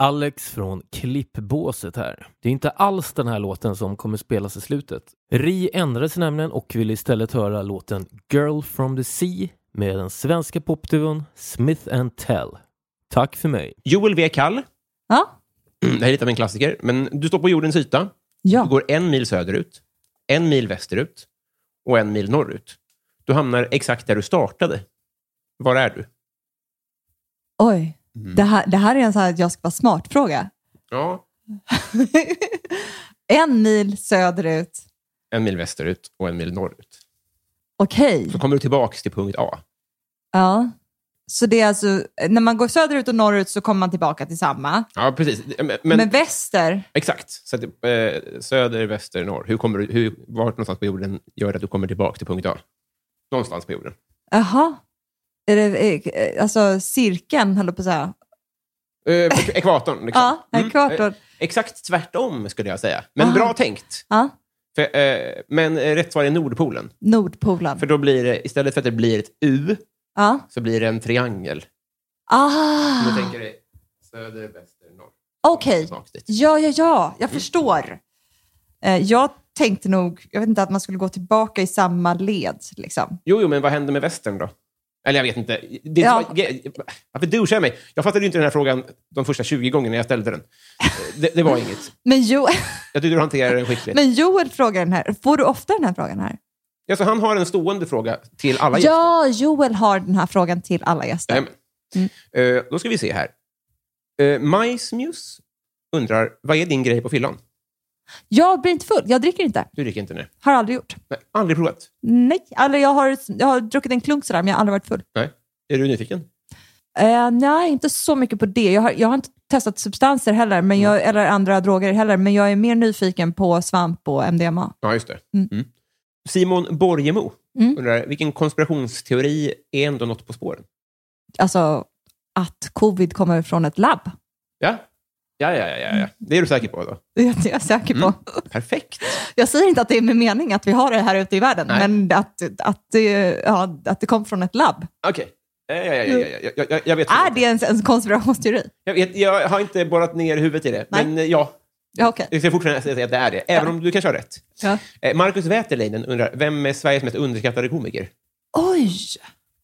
Speaker 6: Alex från Klippbåset här. Det är inte alls den här låten som kommer spelas i slutet. Ri ändrade sig nämligen och ville istället höra låten Girl from the Sea med den svenska popduon Smith and Tell. Tack för mig.
Speaker 1: Joel V. Kall.
Speaker 2: ja.
Speaker 1: Det här är lite av en klassiker. Men du står på jordens yta.
Speaker 2: ja.
Speaker 1: Du går en mil söderut, en mil västerut och en mil norrut. Du hamnar exakt där du startade. Var är du?
Speaker 2: Oj,
Speaker 1: Mm.
Speaker 2: det, här, det här är en sån här att jag ska vara smart-fråga.
Speaker 1: Ja.
Speaker 2: en mil söderut.
Speaker 1: En mil västerut och en mil norrut.
Speaker 2: Okej.
Speaker 1: Så kommer du tillbaka till punkt A.
Speaker 2: Ja. Så det är alltså, när man går söderut och norrut så kommer man tillbaka till samma.
Speaker 1: Ja, precis. Men,
Speaker 2: Men,
Speaker 1: men,
Speaker 2: väster,
Speaker 1: Exakt. Så att, eh, söder, väster, norr. Hur kommer du, hur, vart någonstans på jorden gör att du kommer tillbaka till punkt A? Någonstans på jorden.
Speaker 2: jaha. Är det, eh, alltså cirkeln, höll jag på att säga.
Speaker 1: Eh, ek- ekvatorn. Liksom.
Speaker 2: Ja, ekvatorn. Ah.
Speaker 1: Eh, exakt tvärtom, skulle jag säga. Men
Speaker 2: Aha.
Speaker 1: bra tänkt.
Speaker 2: Ja,
Speaker 1: För, eh, men eh, rätt svar är Nordpolen.
Speaker 2: Nordpolen.
Speaker 1: För då blir det, istället för att det blir ett U,
Speaker 2: Ja.
Speaker 1: så blir det en triangel.
Speaker 2: Ah,
Speaker 1: Om du tänker dig söder, väster, norr.
Speaker 2: okej.
Speaker 1: Rakt dit. Mm.
Speaker 2: Ja, ja, ja, jag förstår. Eh, jag tänkte nog, jag vet inte, att man skulle gå tillbaka i samma led. Liksom.
Speaker 1: Jo, jo, men vad händer med västern då? Eller jag vet inte. Det är
Speaker 2: Ja.
Speaker 1: ge- Varför duschar jag mig? Jag fattade ju inte den här frågan de första 20 gångerna jag ställde den. Eh, Det, det var inget.
Speaker 2: Men, jo,
Speaker 1: Jag tycker du hanterar den skickligt.
Speaker 2: men Joel frågar den här, får du ofta den här frågan här?
Speaker 1: Alltså, han har en stående fråga till alla gäster.
Speaker 2: Ja, Joel har den här frågan till alla gäster.
Speaker 1: Jajamän.
Speaker 2: Mm.
Speaker 1: Eh, då ska vi se här. Uh, Majsmjus undrar, vad är din grej på fyllan?
Speaker 2: Jag blir inte full, jag dricker inte.
Speaker 1: Du dricker inte nu.
Speaker 2: Har aldrig gjort.
Speaker 1: Nej, aldrig provat.
Speaker 2: Nej, eller jag har, jag har druckit en klunk sådär, men jag har aldrig varit full.
Speaker 1: Nej. Är du nyfiken?
Speaker 2: Eh, nej, inte så mycket på det. Jag har, jag har inte testat substanser heller, men
Speaker 1: Mm.
Speaker 2: jag, eller andra droger heller, men jag är mer nyfiken på svamp och MDMA.
Speaker 1: Ja, just det. Mm. Simon Borgemo
Speaker 2: Mm.
Speaker 1: undrar, vilken konspirationsteori är ändå något på spåren?
Speaker 2: Alltså att covid kommer från ett labb.
Speaker 1: Ja, ja, ja, ja, ja.
Speaker 2: Mm.
Speaker 1: ja. det är du säker på då?
Speaker 2: Det är jag säker
Speaker 1: Mm.
Speaker 2: på.
Speaker 1: Perfekt.
Speaker 2: Jag säger inte att det är med mening att vi har det här ute i världen,
Speaker 1: Nej.
Speaker 2: men att, att, det, ja, att det kom från ett labb.
Speaker 1: Okej. Ja, ja, ja, ja, ja, ja, ja, jag vet.
Speaker 2: Är det en, en konspirationsteori?
Speaker 1: Jag, vet, jag har inte borrat ner huvudet i det,
Speaker 2: Nej.
Speaker 1: men eh, ja,
Speaker 2: Ja, okej.
Speaker 1: jag ska fortfarande säga att det är det, även
Speaker 2: Ja.
Speaker 1: om du kanske har rätt.
Speaker 2: Ja.
Speaker 1: Eh, Marcus Wäterleinen undrar, vem är Sveriges mest underskattade komiker?
Speaker 2: Oj!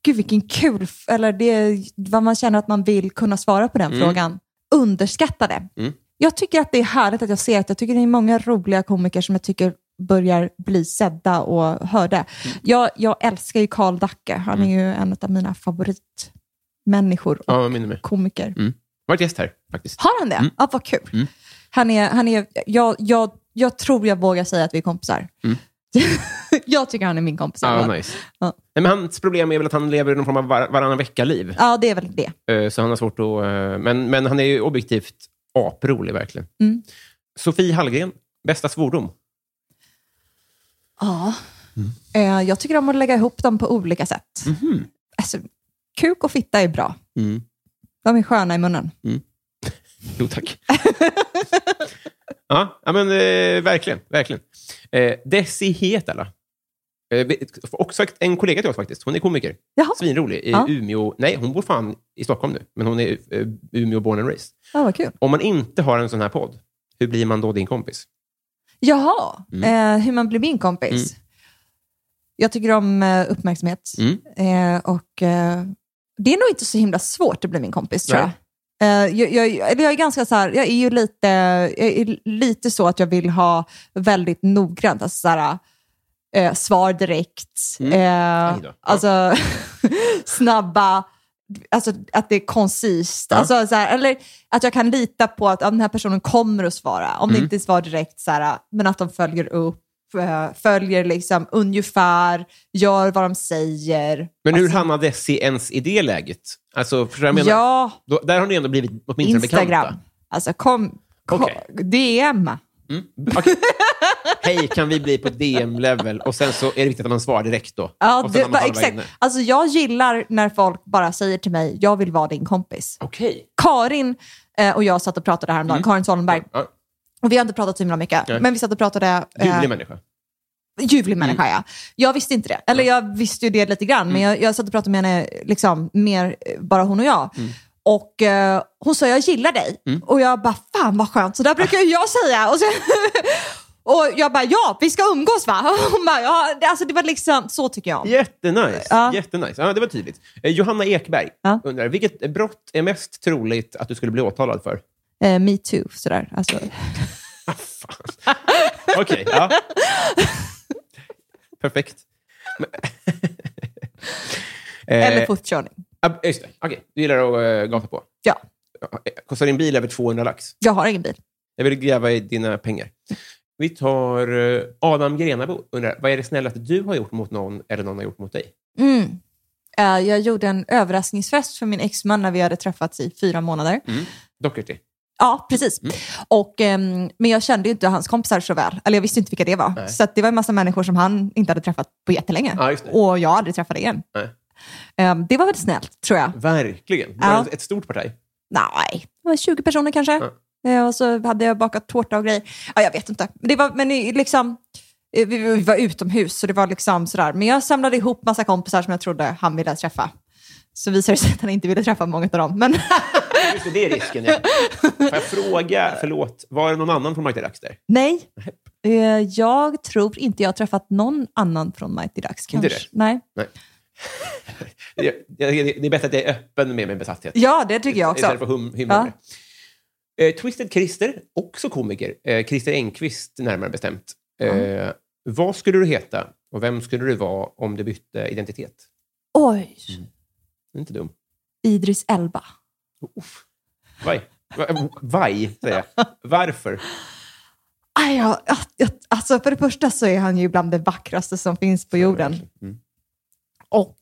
Speaker 2: Gud, vilken kul... f- Eller det, vad man känner att man vill kunna svara på den
Speaker 1: Mm.
Speaker 2: frågan. Underskattade.
Speaker 1: Mm.
Speaker 2: Jag tycker att det är härligt att jag ser att jag tycker det är många roliga komiker som jag tycker börjar bli sedda och hörda.
Speaker 1: Mm.
Speaker 2: Jag, jag älskar ju Karl Dacke. Han är ju en av mina favoritmänniskor och
Speaker 1: Ja, Mm. jag minner mig.
Speaker 2: komiker.
Speaker 1: Varit gäst här, faktiskt.
Speaker 2: Har han det? Ja, vad kul. Han är, han är, jag, jag, jag tror jag vågar säga att vi är kompisar. jag tycker han är min kompis. i alla
Speaker 1: Mm. Ja,
Speaker 2: fall.
Speaker 1: nice.
Speaker 2: Ja.
Speaker 1: Nej, men hans problem är väl att han lever i någon form av var- varannan vecka-liv.
Speaker 2: ja, det är väl det.
Speaker 1: Eh, Så han har svårt att... eh, Men, men han är ju objektivt aprolig, verkligen.
Speaker 2: Mm.
Speaker 1: Sofie Hallgren, bästa svordom?
Speaker 2: Ja. Eh, jag tycker om att lägga ihop dem på olika sätt. Alltså, kuk och fitta är bra.
Speaker 1: Mm.
Speaker 2: De är sköna i munnen.
Speaker 1: Jo, tack. ja, ja, men eh, verkligen. verkligen. Eh, Desi Hietala. Eh, vi- också fakt- en kollega till oss faktiskt. Hon är komiker.
Speaker 2: Jaha,
Speaker 1: Svinrolig. I
Speaker 2: Ja.
Speaker 1: Umeå. Nej, hon bor fan i Stockholm nu. Men hon är eh, Umeå born and raised.
Speaker 2: ja, vad kul.
Speaker 1: Om man inte har en sån här podd, hur blir man då din kompis?
Speaker 2: Jaha, eh, hur man blir min kompis. Jag tycker om eh, uppmärksamhet.
Speaker 1: Mm.
Speaker 2: Eh, och, eh, det är nog inte så himla svårt att bli min kompis, tror jag.
Speaker 1: Nej.
Speaker 2: Eh, jag, jag, eller jag är ganska så här, jag är ju lite, jag är lite så att jag vill ha väldigt noggrant, alltså så här, eh, svar direkt,
Speaker 1: Mm.
Speaker 2: eh,
Speaker 1: Aj då. Ja.
Speaker 2: alltså snabba, alltså att det är koncist,
Speaker 1: Ja.
Speaker 2: alltså, så här, eller att jag kan lita på att ja, den här personen kommer att svara, om
Speaker 1: Mm.
Speaker 2: det inte svarar direkt, så här, men att de följer upp, eh, följer liksom ungefär, gör vad de säger.
Speaker 1: Men hur
Speaker 2: Alltså,
Speaker 1: hamnade Desi ens i det läget? Alltså, för jag menar,
Speaker 2: Ja,
Speaker 1: då, där har ni ändå blivit åtminstone
Speaker 2: Instagram.
Speaker 1: bekanta.
Speaker 2: Alltså kom, kom
Speaker 1: Okej.
Speaker 2: DM.
Speaker 1: Mm. Okej. Hej, kan vi bli på DM-level? Och sen så är det viktigt att man svarar direkt då.
Speaker 2: Ja,
Speaker 1: Och sen
Speaker 2: det,
Speaker 1: har man
Speaker 2: bara,
Speaker 1: halva
Speaker 2: exakt.
Speaker 1: inne.
Speaker 2: Alltså jag gillar när folk bara säger till mig, jag vill vara din kompis.
Speaker 1: Okej.
Speaker 2: Karin eh, och jag satt och pratade häromdagen, Karin Sollenberg.
Speaker 1: Mm. Ja,
Speaker 2: Och vi har inte pratat så himla mycket,
Speaker 1: Nej.
Speaker 2: men vi satt och pratade... eh,
Speaker 1: ljuvlig människa.
Speaker 2: ljuvlig människa, ja. Jag visste inte det. Eller jag visste ju det lite grann, men jag, jag satt och pratade med henne, liksom, mer eh, bara hon och jag. Och eh, hon sa, jag gillar dig. Och jag bara, fan vad skönt, så där brukar ju jag säga. Och, så, och jag bara, ja, vi ska umgås va? Och hon bara, ja, det, alltså, det var liksom, så tycker jag. om.
Speaker 1: Jättenice.
Speaker 2: Ja.
Speaker 1: Jättenice. Ja, det var tydligt. Eh, Johanna Ekberg
Speaker 2: Ja.
Speaker 1: undrar, vilket brott är mest troligt att du skulle bli åtalad för?
Speaker 2: Eh, me too, sådär. Alltså,
Speaker 1: Okej, ja. Perfekt. Men- Eh,
Speaker 2: eller fotkörning.
Speaker 1: ja, just det. Okej, du gillar att eh, gapa på.
Speaker 2: Ja,
Speaker 1: Ja, eh, Kostar din bil över 200 lax?
Speaker 2: jag har ingen bil.
Speaker 1: Jag vill gräva i dina pengar. Vi tar eh, Adam Grenabo. Undrar, vad är det snällaste du har gjort mot någon eller någon har gjort mot dig?
Speaker 2: Mm. Eh, jag gjorde en överraskningsfest för min exman när vi hade träffats i fyra månader.
Speaker 1: Doherty.
Speaker 2: Ja, precis.
Speaker 1: Mm.
Speaker 2: Och, ehm, men jag kände ju inte hans kompisar så väl. Eller jag visste inte vilka det var.
Speaker 1: Nej.
Speaker 2: Så att det var en massa människor som han inte hade träffat på jättelänge.
Speaker 1: Ja, just det.
Speaker 2: och jag aldrig träffade igen.
Speaker 1: Nej.
Speaker 2: Ehm, det var väl snällt, tror jag.
Speaker 1: Verkligen. Det var
Speaker 2: Ja.
Speaker 1: ett stort parti.
Speaker 2: Nej, det var 20 personer kanske. Eh, och så hade jag bakat tårta och grejer. Ja, jag vet inte. Det var, men i- liksom, eh, vi, vi var utomhus, så det var liksom sådär. Men jag samlade ihop massa kompisar som jag trodde han ville träffa. Så visade det sig att han inte ville träffa många av dem. Men
Speaker 1: Just det, det är risken. Ja. Får jag fråga, förlåt, var det någon annan från Mighty Ducks där?
Speaker 2: Nej. Eh, jag tror inte jag har träffat någon annan från Mighty Ducks.
Speaker 1: Inte
Speaker 2: Kanske. Nej.
Speaker 1: Nej. Det, det, det är bättre att jag är öppen med min besatthet.
Speaker 2: Ja, det tycker jag
Speaker 1: Istället
Speaker 2: också.
Speaker 1: för hum, humor. Eh, Twisted Christer, också komiker. Eh, Christer Engqvist närmare bestämt. Eh, Vad skulle du heta och vem skulle du vara om du bytte identitet?
Speaker 2: Oj,
Speaker 1: Det är inte dum.
Speaker 2: Idris Elba.
Speaker 1: Uff. Vaj. Va- Vaj, säger jag. Varför?
Speaker 2: Aj, ja, ja, ja, alltså för det första så är han ju bland det vackraste som finns på jorden.
Speaker 1: Mm.
Speaker 2: Och,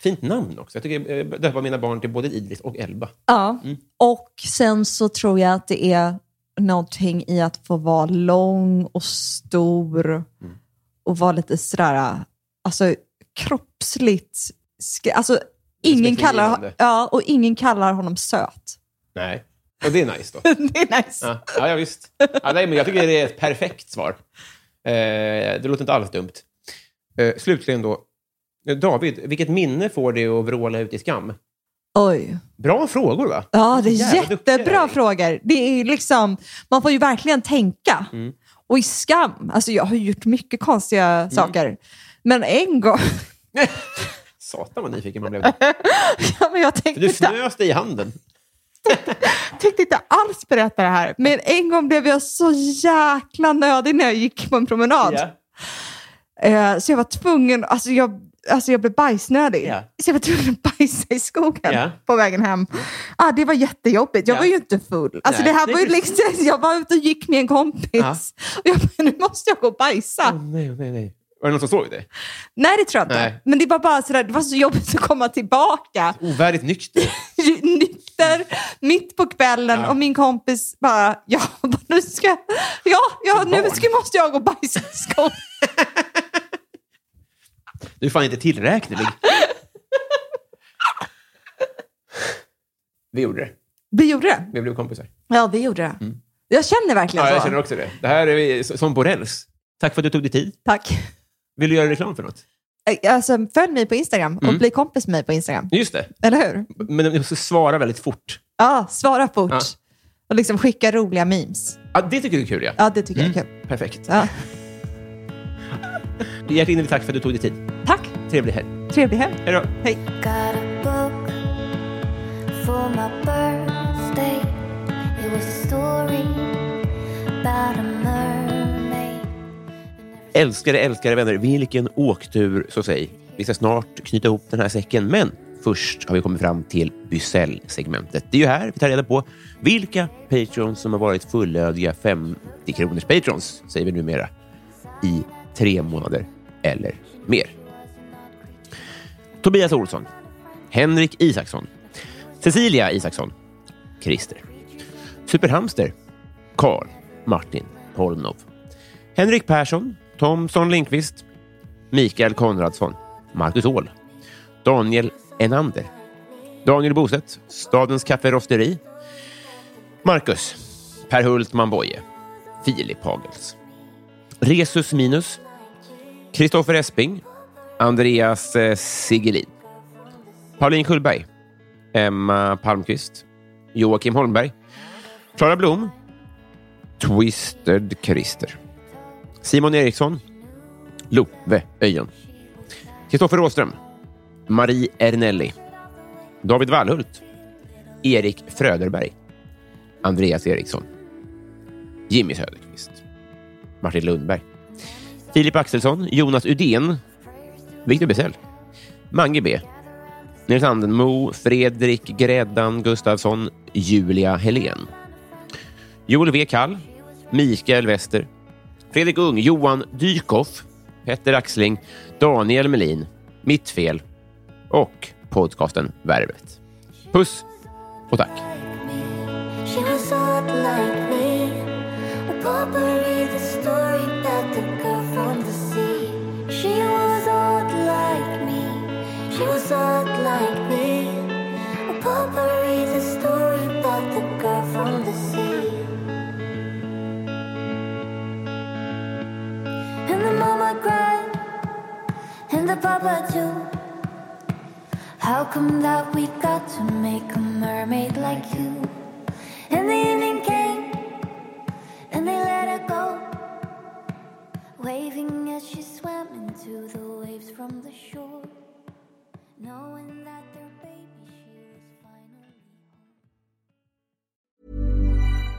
Speaker 1: Fint namn också. Jag tycker eh, döpa mina barn till både Idris och Elba.
Speaker 2: ja.
Speaker 1: Mm.
Speaker 2: och sen så tror jag att
Speaker 1: Mm.
Speaker 2: det är någonting i att få vara lång och stor och var lite sådär, alltså kroppsligt, sk- alltså ingen kallar,
Speaker 1: Respektingivande.
Speaker 2: ja, och ingen kallar honom söt.
Speaker 1: Nej. Och det är nice då.
Speaker 2: Det är nice.
Speaker 1: Ja, ja ja, visst. Ja, nej, men jag tycker det är ett perfekt svar. Eh, det låter inte alls dumt. Eh, slutligen då. Eh, David, vilket minne får dig att vråla ut i skam?
Speaker 2: Oj.
Speaker 1: Bra frågor, va?
Speaker 2: Ja, det är
Speaker 1: Jävla duktiga
Speaker 2: jättebra
Speaker 1: dig.
Speaker 2: frågor. Det är ju liksom, man får ju verkligen tänka.
Speaker 1: Mm.
Speaker 2: Och i skam, alltså jag har ju gjort mycket konstiga saker. Men en gång,
Speaker 1: Satan vad nyfiken man blev.
Speaker 2: ja, men jag
Speaker 1: För
Speaker 2: tänkte
Speaker 1: du
Speaker 2: inte
Speaker 1: fnös dig i handen.
Speaker 2: tänkte inte alls berätta det här, men en gång blev jag så jäkla nödig när jag gick på en promenad.
Speaker 1: Ja.
Speaker 2: Eh, så jag var tvungen, alltså jag, alltså jag blev bajsnödig.
Speaker 1: Ja.
Speaker 2: Så jag var tvungen att bajsa i skogen
Speaker 1: Ja.
Speaker 2: på vägen hem. Ah, det var jättejobbigt, jag
Speaker 1: Ja.
Speaker 2: var ju inte full. Alltså
Speaker 1: Nej,
Speaker 2: det här
Speaker 1: det
Speaker 2: var ju
Speaker 1: är precis-
Speaker 2: liksom, jag var ute och gick med en kompis.
Speaker 1: Ja.
Speaker 2: Och jag bara, nu måste jag gå och bajsa.
Speaker 1: Åh, nej, nej, nej. Var det någon som såg dig?
Speaker 2: Nej, det tror jag inte.
Speaker 1: Nej.
Speaker 2: Men det var bara sådär, det var så jobbigt att komma tillbaka.
Speaker 1: Ovärdigt nykter.
Speaker 2: nykter mitt på kvällen
Speaker 1: Ja.
Speaker 2: och min kompis bara, ja, bara, nu, ska, ja, ja,
Speaker 1: Ett
Speaker 2: nu
Speaker 1: barn.
Speaker 2: ska, måste jag gå och bajsa i skogen.
Speaker 1: Du är fan inte tillräknelig. Vi gjorde det.
Speaker 2: Vi gjorde det.
Speaker 1: Vi blev kompisar.
Speaker 2: Ja, vi gjorde det. Jag känner verkligen
Speaker 1: Mm. Ja, jag
Speaker 2: så.
Speaker 1: känner också det. Det här är som Borrells. Tack för att du tog dig tid.
Speaker 2: Tack.
Speaker 1: Vill du göra reklam för något?
Speaker 2: Alltså, följ mig på Instagram och
Speaker 1: Mm.
Speaker 2: bli kompis med mig på Instagram.
Speaker 1: Just det.
Speaker 2: Eller hur?
Speaker 1: Men du måste svara väldigt fort.
Speaker 2: Ja, svara fort.
Speaker 1: Ja.
Speaker 2: Och liksom skicka roliga memes.
Speaker 1: Ja, det tycker du är kul, ja.
Speaker 2: Ja, det tycker
Speaker 1: Mm.
Speaker 2: jag är kul.
Speaker 1: Perfekt.
Speaker 2: Ja.
Speaker 1: Hjärtinnerligt tack för att du tog dig tid.
Speaker 2: Tack.
Speaker 1: Trevlig helg.
Speaker 2: Trevlig helg.
Speaker 1: Hej då.
Speaker 2: Hej.
Speaker 7: Got a book for my birthday. It was a story about a mermaid.
Speaker 1: Älskade, älskade vänner, vilken åktur, så säg. Vi ska snart knyta ihop den här säcken, men först har vi kommit fram till Bysell-segmentet. Det är ju här vi tar reda på vilka patrons som har varit fullödiga 50-kronors patrons, säger vi numera, i tre månader eller mer. Tobias Olsson, Henrik Isaksson, Cecilia Isaksson, Christer, Superhamster, Karl Martin Holmnov, Henrik Persson, Thomson Linkvist, Mikael Konradsson, Marcus Åhl, Daniel Enander, Daniel Boset, Stadens Kafferosteri, Marcus, Per Hultman Boye, Filip Hagels, Resus Minus, Kristoffer Esping, Andreas eh, Sigelin, Pauline Kullberg, Emma Palmqvist, Joakim Holmberg, Klara Blom, Twisted Christer. Simon Eriksson, Love Öjen, Kristoffer Råström, Marie Ernelli, David Wallhult, Erik Fröderberg, Andreas Eriksson, Jimmy Söderqvist, Martin Lundberg, Filip Axelsson, Jonas Udén, Victor Bysell, Mange B, Nils Andenmo, Fredrik Gräddan Gustafsson, Julia Helén, Joel V. Kall, Mikael Wester, Fredrik Ung, Johan Dykhoff, Petter Axling, Daniel Melin, Mitt Fel och podcasten Värvet. Puss och tack!
Speaker 7: She was odd like me. A potpourri, the story about the girl from the sea. She was odd like me. She was odd like me. A potpourri, the story about the girl from the sea. And the mama cried, and the papa too. How come that we got to make a mermaid like you? And the evening came, and they let her go, waving as she swam into the waves from the shore, knowing that their baby she was finally.